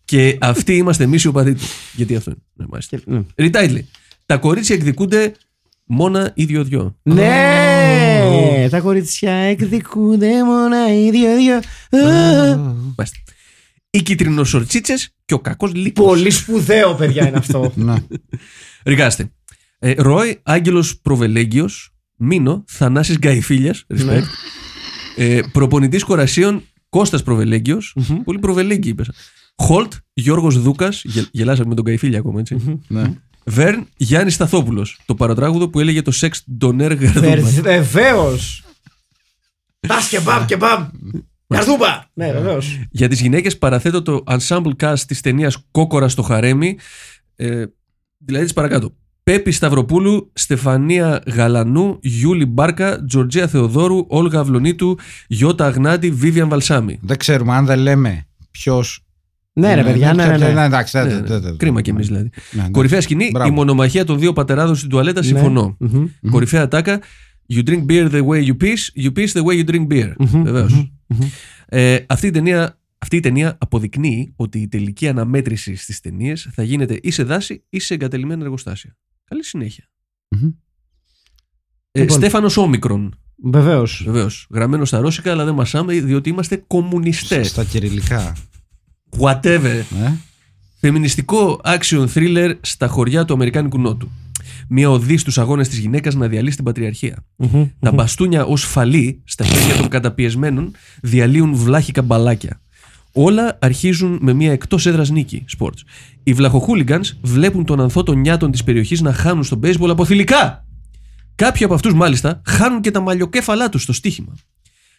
C: και αυτοί είμαστε εμείς οι οπαδοί του. Γιατί αυτό είναι. Ναι, μάλιστα.
A: Και- ναι.
C: Ριτάιτλι. Τα κορίτσια εκδικούνται μόνα ή δυο-δυο.
A: Ναι! Τα κορίτσια εκδικούνται μόνα οι δύο-δύο.
C: Μάλιστα. Οι κυτρινοσορτσίτσες και ο κακός λύκο.
A: Πολύ σπουδαίο, παιδιά, είναι αυτό.
B: Να.
C: Ρικάστε. Ε, Ρόι, Άγγελος Προβελέγγυος. Μίνο, Θανάσης Γκαϊφίλιας. Respect. Ε, Προπονητής Κορασίων, Κώστας Προβελέγγυος. Πολύ προβελέγγυοι είπες. Χολτ, Γιώργος Δούκας. Γελάσαμε με τον Γκαϊφίλια ακόμα, έτσι.
B: ναι.
C: Βέρν, Γιάννης Σταθόπουλος. Το παρατράγουδο που έλεγε το σεξ ντονέρ γαρδούμπα.
A: Βεβαίω. Τα και μπαμ και μπαμ. Καρδούμπα! Ναι, βεβαίω.
C: Για τις γυναίκες παραθέτω το ensemble cast της ταινίας Κόκορα στο Χαρέμι. Ε, δηλαδή τις παρακάτω. Πέπη Σταυροπούλου, Στεφανία Γαλανού, Γιούλη Μπάρκα, Τζορτζία Θεοδόρου, Όλγα Αυλονίτου, Γιώτα Αγνάτη, Βίβιαν Βαλσάμι.
B: Δεν ξέρουμε αν δεν λέμε ποιος.
A: Ναι, ρε παιδιά, ναι, ναι. ναι.
B: Εντάξει,
C: Ναι,
B: δεν-
C: ναι.
B: δεν- δεν-
C: Κρίμα κι εμείς δηλαδή.
B: Ναι, ναι.
C: Κορυφαία σκηνή,
B: Μπράβο.
C: η μονομαχία των δύο πατεράδων στην τουαλέτα,
A: Ναι,
C: συμφωνώ.
A: Μμμ.
C: Mm-hmm. Κορυφαία ατάκα, you drink beer the way you piss, you piss the way you drink beer. Βεβαίως. Ε, αυτή, η ταινία, αυτή η ταινία αποδεικνύει ότι η τελική αναμέτρηση στις ταινίες θα γίνεται ή σε δάση ή σε εγκατελειμμένα εργοστάσια. Καλή συνέχεια.
B: Μμμ.
C: Ε,
A: Λοιπόν.
C: Στέφανος Όμικρον,
A: Βεβαίως.
C: βεβαίως. Γραμμένο στα ρώσικα, αλλά δεν μασάμε διότι είμαστε κομμουνιστές.
B: Στα κυριλικά.
C: Whatever.
B: Ε?
C: Φεμινιστικό action thriller στα χωριά του Αμερικάνικου Νότου. Μια οδή στους αγώνες της γυναίκας να διαλύσει την πατριαρχία. Τα μπαστούνια ως φαλή στα χέρια των καταπιεσμένων διαλύουν βλάχικα μπαλάκια. Όλα αρχίζουν με μια εκτός έδρας νίκη σπορτ. Οι βλαχοχούλιγκανς βλέπουν τον ανθό των νιάτων της περιοχής να χάνουν στο baseball από θηλυκά. Κάποιοι από αυτούς, μάλιστα, χάνουν και τα μαλλιοκέφαλά τους στο στοίχημα.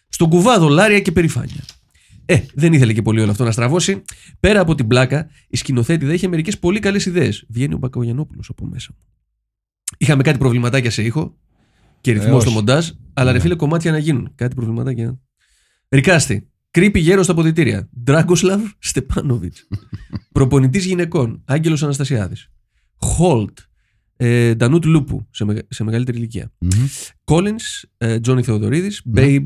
C: Στον κουβά δολάρια και περηφάνεια. Ε, δεν ήθελε και πολύ όλο αυτό να στραβώσει. Πέρα από την πλάκα, η σκηνοθέτηδα είχε μερικές πολύ καλές ιδέες. Βγαίνει ο Μπακογιανόπουλος από μέσα μου. Είχαμε κάτι προβληματάκια σε ήχο και ρυθμό
B: Ε,
C: στο
B: όχι. Ναι.
C: μοντάζ, αλλά ρε φίλε κομμάτια να γίνουν. Κάτι προβληματάκια. Ρικάστη. Κρύπη γέρος στα ποδητήρια. Ντράγκοσλαβ Στεπάνοβιτ. Προπονητής γυναικών. Άγγελος Αναστασιάδης. Χολτ. Ε, Ντανούτ Λούπου σε, μεγα- σε μεγαλύτερη ηλικία.
B: Μμμ. Ναι.
C: Collins, ε, Τζόνι Θεοδωρίδη, Babe,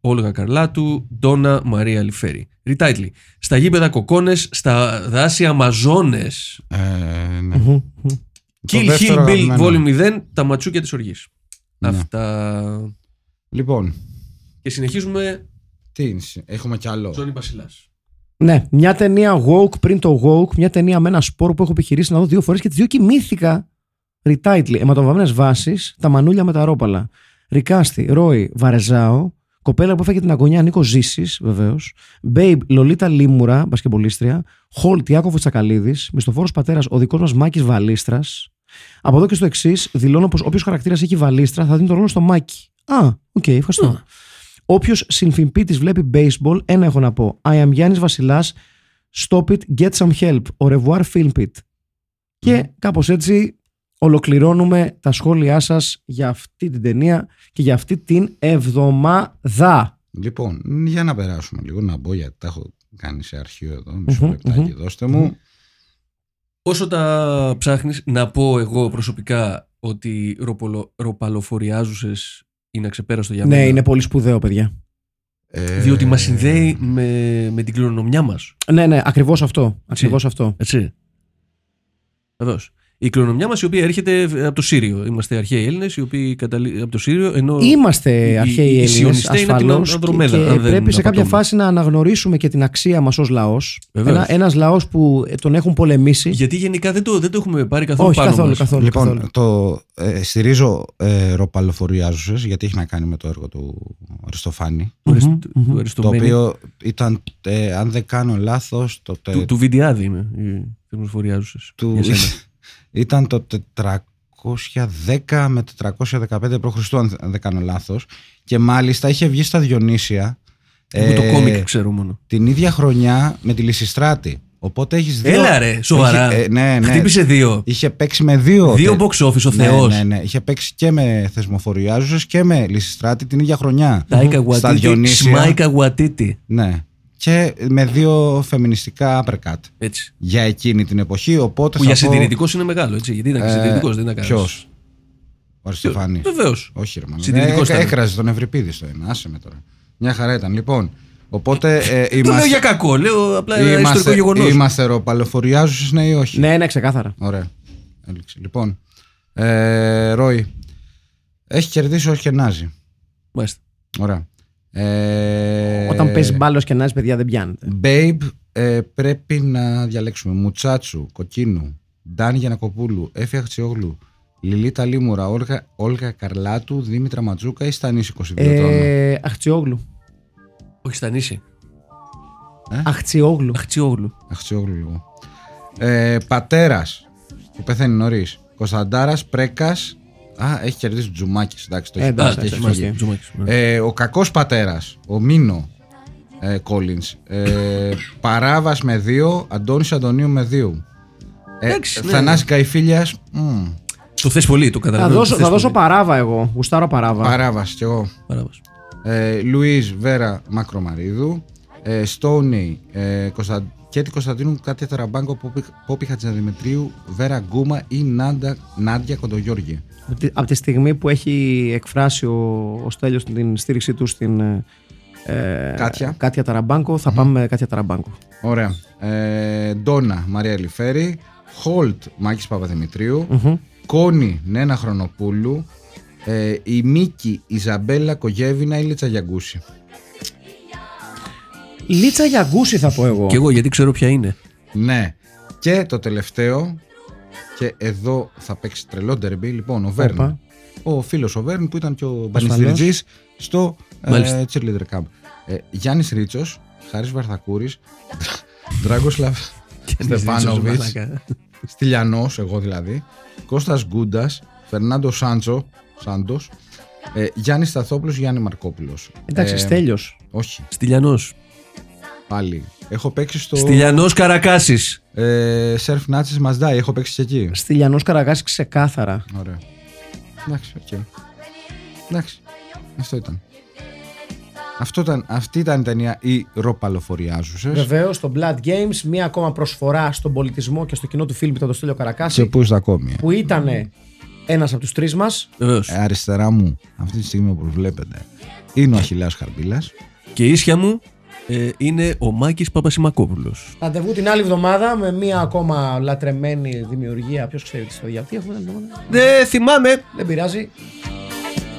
C: Όλγα Καρλάτου, Ντόνα Μαρία Λιφέρη. Ριτάιτλι. Στα γήπεδα κοκόνες, στα δάση Αμαζόνες.
B: Ε, ναι. Το
C: Kill
B: δεύτερο
C: Hill Bill
B: αγαπημένο.
C: Volume 0, τα ματσούκια της οργής.
B: Ναι.
C: Αυτά.
B: Λοιπόν,
C: Και συνεχίζουμε.
B: τι είναι, έχουμε κι άλλο.
C: Τζόνι Βασιλάς.
A: Ναι, μια ταινία woke πριν το woke, μια ταινία με ένα σπόρο που έχω επιχειρήσει να δω δύο φορές και τις δύο κοιμήθηκα. Ριτάιτλι, αιματοβαμμένε βάσεις, τα μανούλια με τα ρόπαλα. Ρικάστη, Ρόι, Βαρεζάο, κοπέλα που έφαγε την αγωνιά Νίκο Ζήσης, βεβαίως. Μπέιμπ, Λολίτα Λίμουρα, μπασκεμπολίστρια. Χολτ, Ιάκοβο Τσακαλίδης. Μισθοφόρος πατέρας, ο δικός μας Μάκης Βαλίστρας. Από εδώ και στο εξής, δηλώνω πως όποιος χαρακτήρας έχει βαλίστρα θα δίνει το ρόλο στο Μάκη. Α, οκ, ευχαριστώ. Όποιο συμφιμπίτη βλέπει baseball, ένα έχω να πω. I am Γιάννης Βασιλάς. Stop it, get some help. Au revoir, film it.
C: Ναι.
A: Και κάπως έτσι ολοκληρώνουμε τα σχόλιά σας για αυτή την ταινία και για αυτή την εβδομάδα.
B: Λοιπόν, για να περάσουμε λίγο, να μπω γιατί τα έχω κάνει σε αρχείο εδώ. Μισό
A: Μμμ,
B: λεπτάκι,
A: μμμ.
B: δώστε μου.
C: Όσο τα ψάχνεις, να πω εγώ προσωπικά ότι ροπολο, ροπαλοφοριάζουσες είναι αξεπέραστο για μένα.
A: Ναι, είναι πολύ σπουδαίο, παιδιά.
B: Ε,
C: Διότι μας συνδέει με, με την κληρονομιά μας.
A: Ναι, ναι, ακριβώς αυτό. Ακριβώς
C: Ναι.
A: αυτό.
C: Έτσι. Βεβαίω. Η κληρονομιά μας, η οποία έρχεται ε, από το Σύριο. Είμαστε αρχαίοι Έλληνες, οι οποίοι καταλή... από το Σύριο. Ενώ...
A: Είμαστε
C: οι- οι- οι
A: αρχαίοι Έλληνες.
C: σιωνιστές είναι από την
A: Ασφαλώς.
C: Ανδρομέδα, αν
A: Και
C: δεν
A: πρέπει σε κάποια
C: απατώμε.
A: φάση να αναγνωρίσουμε και την αξία μας ως λαός.
C: Βεβαίως.
A: Ένα λαός που ε, τον έχουν πολεμήσει.
C: Γιατί γενικά δεν το, δεν το έχουμε πάρει καθόλου
A: Όχι,
C: πάνω
A: καθόλου,
C: μας.
A: καθόλου.
B: Λοιπόν,
A: καθόλου.
B: το ε, στηρίζω ε, ροπαλοφοριάζουσες γιατί έχει να κάνει με το έργο του Αριστοφάνη.
C: Του αριστο- Του
B: Το
C: αριστομένη.
B: οποίο ήταν, ε, αν δεν κάνω λάθος, το τε-
C: Του, του Βιντιάδη είμαι. οι θερμοσφοριάζουσες.
B: του-
C: Για σένα.
B: Ήταν το 410 με 415 π.Χ. αν δεν κάνω λάθος και μάλιστα είχε βγει στα Διονύσια
C: Εγώ το
B: ε,
C: κόμικ ξέρω μόνο.
B: την ίδια χρονιά με τη Λυσιστράτη. Οπότε έχεις δύο...
C: Έλα ρε, σοβαρά.
B: Έχει- ε, ναι, ναι.
C: Χτύπησε δύο.
B: Είχε παίξει με δύο.
C: Δύο
B: τε-
C: box office ο
B: ναι,
C: Θεός.
B: Ναι, ναι. Είχε παίξει και με θεσμοφοριάζουσες και με Λυσιστράτη την ίδια χρονιά.
C: Τάικα
B: Στα
C: Γουατίτη.
B: Διονύσια.
C: Σμάικα Γουατίτη.
B: Ναι. Και με δύο φεμινιστικά uppercut
C: Έτσι.
B: για εκείνη την εποχή. Οπότε
C: Που
B: θα
C: για
B: πω- Ε,
C: συντηρητικός είναι μεγάλο, έτσι. Γιατί ήταν συντηρητικός, δεν ήταν κανένας.
B: Ποιος? Ο Αριστοφάνη.
C: Βεβαίως.
B: Όχι, ρε μάλλον.
C: ε,
B: Ε,
C: Συντηρητικός ήταν.
B: Έκραζε τον Ευρυπίδη στο ένα. Άσε με τώρα. Μια χαρά ήταν. Λοιπόν, οπότε ε,
C: Το λέω
B: είμαστε.
C: για κακό, λέω απλά ένα ιστορικό
B: Είμαστε,
C: γεγονός.
B: είμαστε ροπαλοφοριάζουσες, ναι ή όχι.
A: Ναι, ναι, ξεκάθαρα.
B: Ωραία. Έληξε. Λοιπόν, ε, Ρόι, έχει κερδίσει ο Αρκενάζη. Ωραία. Ε,
A: Όταν παίζεις μπάλος και να είσαι παιδιά δεν πιάνετε.
B: Babe, ε, πρέπει να διαλέξουμε. Μουτσάτσου, Κοκκίνου, Ντάνι Γιανακοπούλου, Έφη Αχτσιόγλου, Λιλίτα Λίμουρα, Όλγα, Όλγα Καρλάτου, Δήμητρα Ματζούκα ή Στανής 22 ε...
A: Ε, Αχτσιόγλου.
C: Όχι, στα νύση.
A: Αχτσιόγλου.
C: Αχτσιόγλου.
B: Αχτσιόγλου λίγο. Ε, Πατέρας, που πεθαίνει νωρίς. Κωνσταντάρας, Πρέκας. Α, έχει κερδίσει Τζουμάκης, εντάξει, το
A: Ε,
B: έχει
A: εντάξει,
B: πάρει, το έχει
A: εντάξει,
B: φύγει.
A: μάλιστα.
C: Τζουμάκης, ναι.
B: Ε, ο κακός πατέρας, ο Μίνο ε, Collins. Ε, Παράβας με δύο, Αντώνης Αντωνίου με δύο. Ε,
C: Εντάξει, ναι.
B: Θανάσης Καϊφίλιας, μμ,
C: Το θες πολύ, το
A: Θα
C: καταλαβαίνω.
A: δώσω,
C: το θες
A: θα δώσω
C: πολύ.
A: παράβα εγώ. Γουστάρω παράβα.
B: Παράβας κι εγώ.
C: Παράβαση.
B: Ε, Λουίζ Βέρα Μακρομαρίδου. Ε, Στόνι ε, Κωνσταν... Κέτη Κωνσταντίνου Κάτια Ταραμπάνκο Πόπι, Πόπι Χατζηδημητρίου Βέρα Γκούμα ή Νάντα, Νάντια Κοντογιώργη.
A: Από τη- Από τη στιγμή που έχει εκφράσει ο, ο Στέλιος την στήριξή του στην ε,
B: Κάτια.
A: Κάτια Ταραμπάνκο, θα πάμε με Κάτια Ταραμπάνκο.
B: Ωραία. Ε, Ντόνα Μαρία Ελιφέρη. Χολτ Μάκης Παπαδημητρίου. Κόνη Νένα Χρονοπούλου. Ε, η Μίκη Ιζαμπέλα Κογεύινα ή Λίτσα Γιαγκούση.
A: Λίτσα για γκούση θα πω εγώ.
C: Κι εγώ γιατί ξέρω ποια είναι.
B: Ναι. Και το τελευταίο. Και εδώ θα παίξει τρελό ντερμπι. Λοιπόν, ο Βέρν.
A: Όπα.
B: Ο φίλος ο Βέρν που ήταν και ο πανηγυριτζής στο ε,
C: Μάλιστα.
B: cheerleader camp. Ε, Γιάννης Ρίτσος, Χάρης Βαρθακούρης, Ντράγκοσλαβ Στεφάνοβιτ, Στυλιανός, εγώ δηλαδή, Κώστας Γκούντας, Φερνάντο Σάντσο, Σάντος, ε, Γιάννης Σταθόπουλος, Γιάννη Μαρκόπουλος. Ε.
A: Εντάξει, Στέλιος.
B: Όχι,
C: Στυλιανός.
B: πάλι. Έχω παίξει στο
C: Στυλιανό Καρακάσης.
B: ε, Surf Nazis Mazda, έχω παίξει και εκεί.
A: Στυλιανός Καραγάς ξεκάθαρα.
B: Ωραία. Εντάξει, οκ. Εντάξει. Αυτό ήταν. Αυτό ήταν, αυτή ήταν η ταινία «Οι ροπαλοφοριάζουσες».
A: Βεβαίως, το Blood Games, μία ακόμα προσφορά στον πολιτισμό και στο κοινό του φίλμ ήταν το Στέλιο Καρακάση,
B: Και πού είσαι ακόμη. ε.
A: που ήταν ένας από τους τρεις μας.
C: Βεβαίως.
B: Ε, αριστερά μου, αυτή τη στιγμή όπως βλέπετε, είναι ο Αχιλέας Χαρμπίλας.
C: Και η ίσια μου ε, είναι ο Μάκης Παπασημακόπουλος.
A: Ραντεβού την άλλη εβδομάδα με μία ακόμα λατρεμένη δημιουργία. Ποιος ξέρει τι στο διαβατή έχουμε την άλλη εβδομάδα.
C: Δεν θυμάμαι.
A: Δεν πειράζει.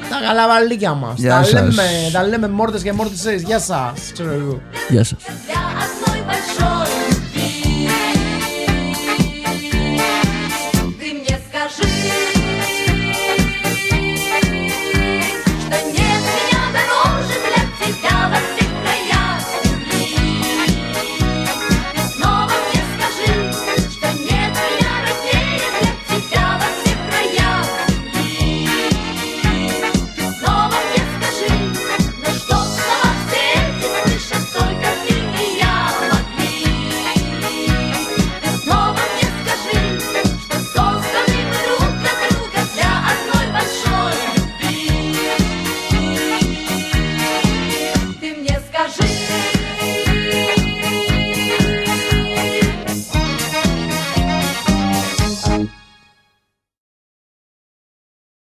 A: Τα καλά βαλίκια μας.
B: Γεια
A: Τα
B: σας.
A: λέμε, τα λέμε μόρτες και μόρτες. Γεια σας.
C: Γεια σας.
E: Yeah, I'm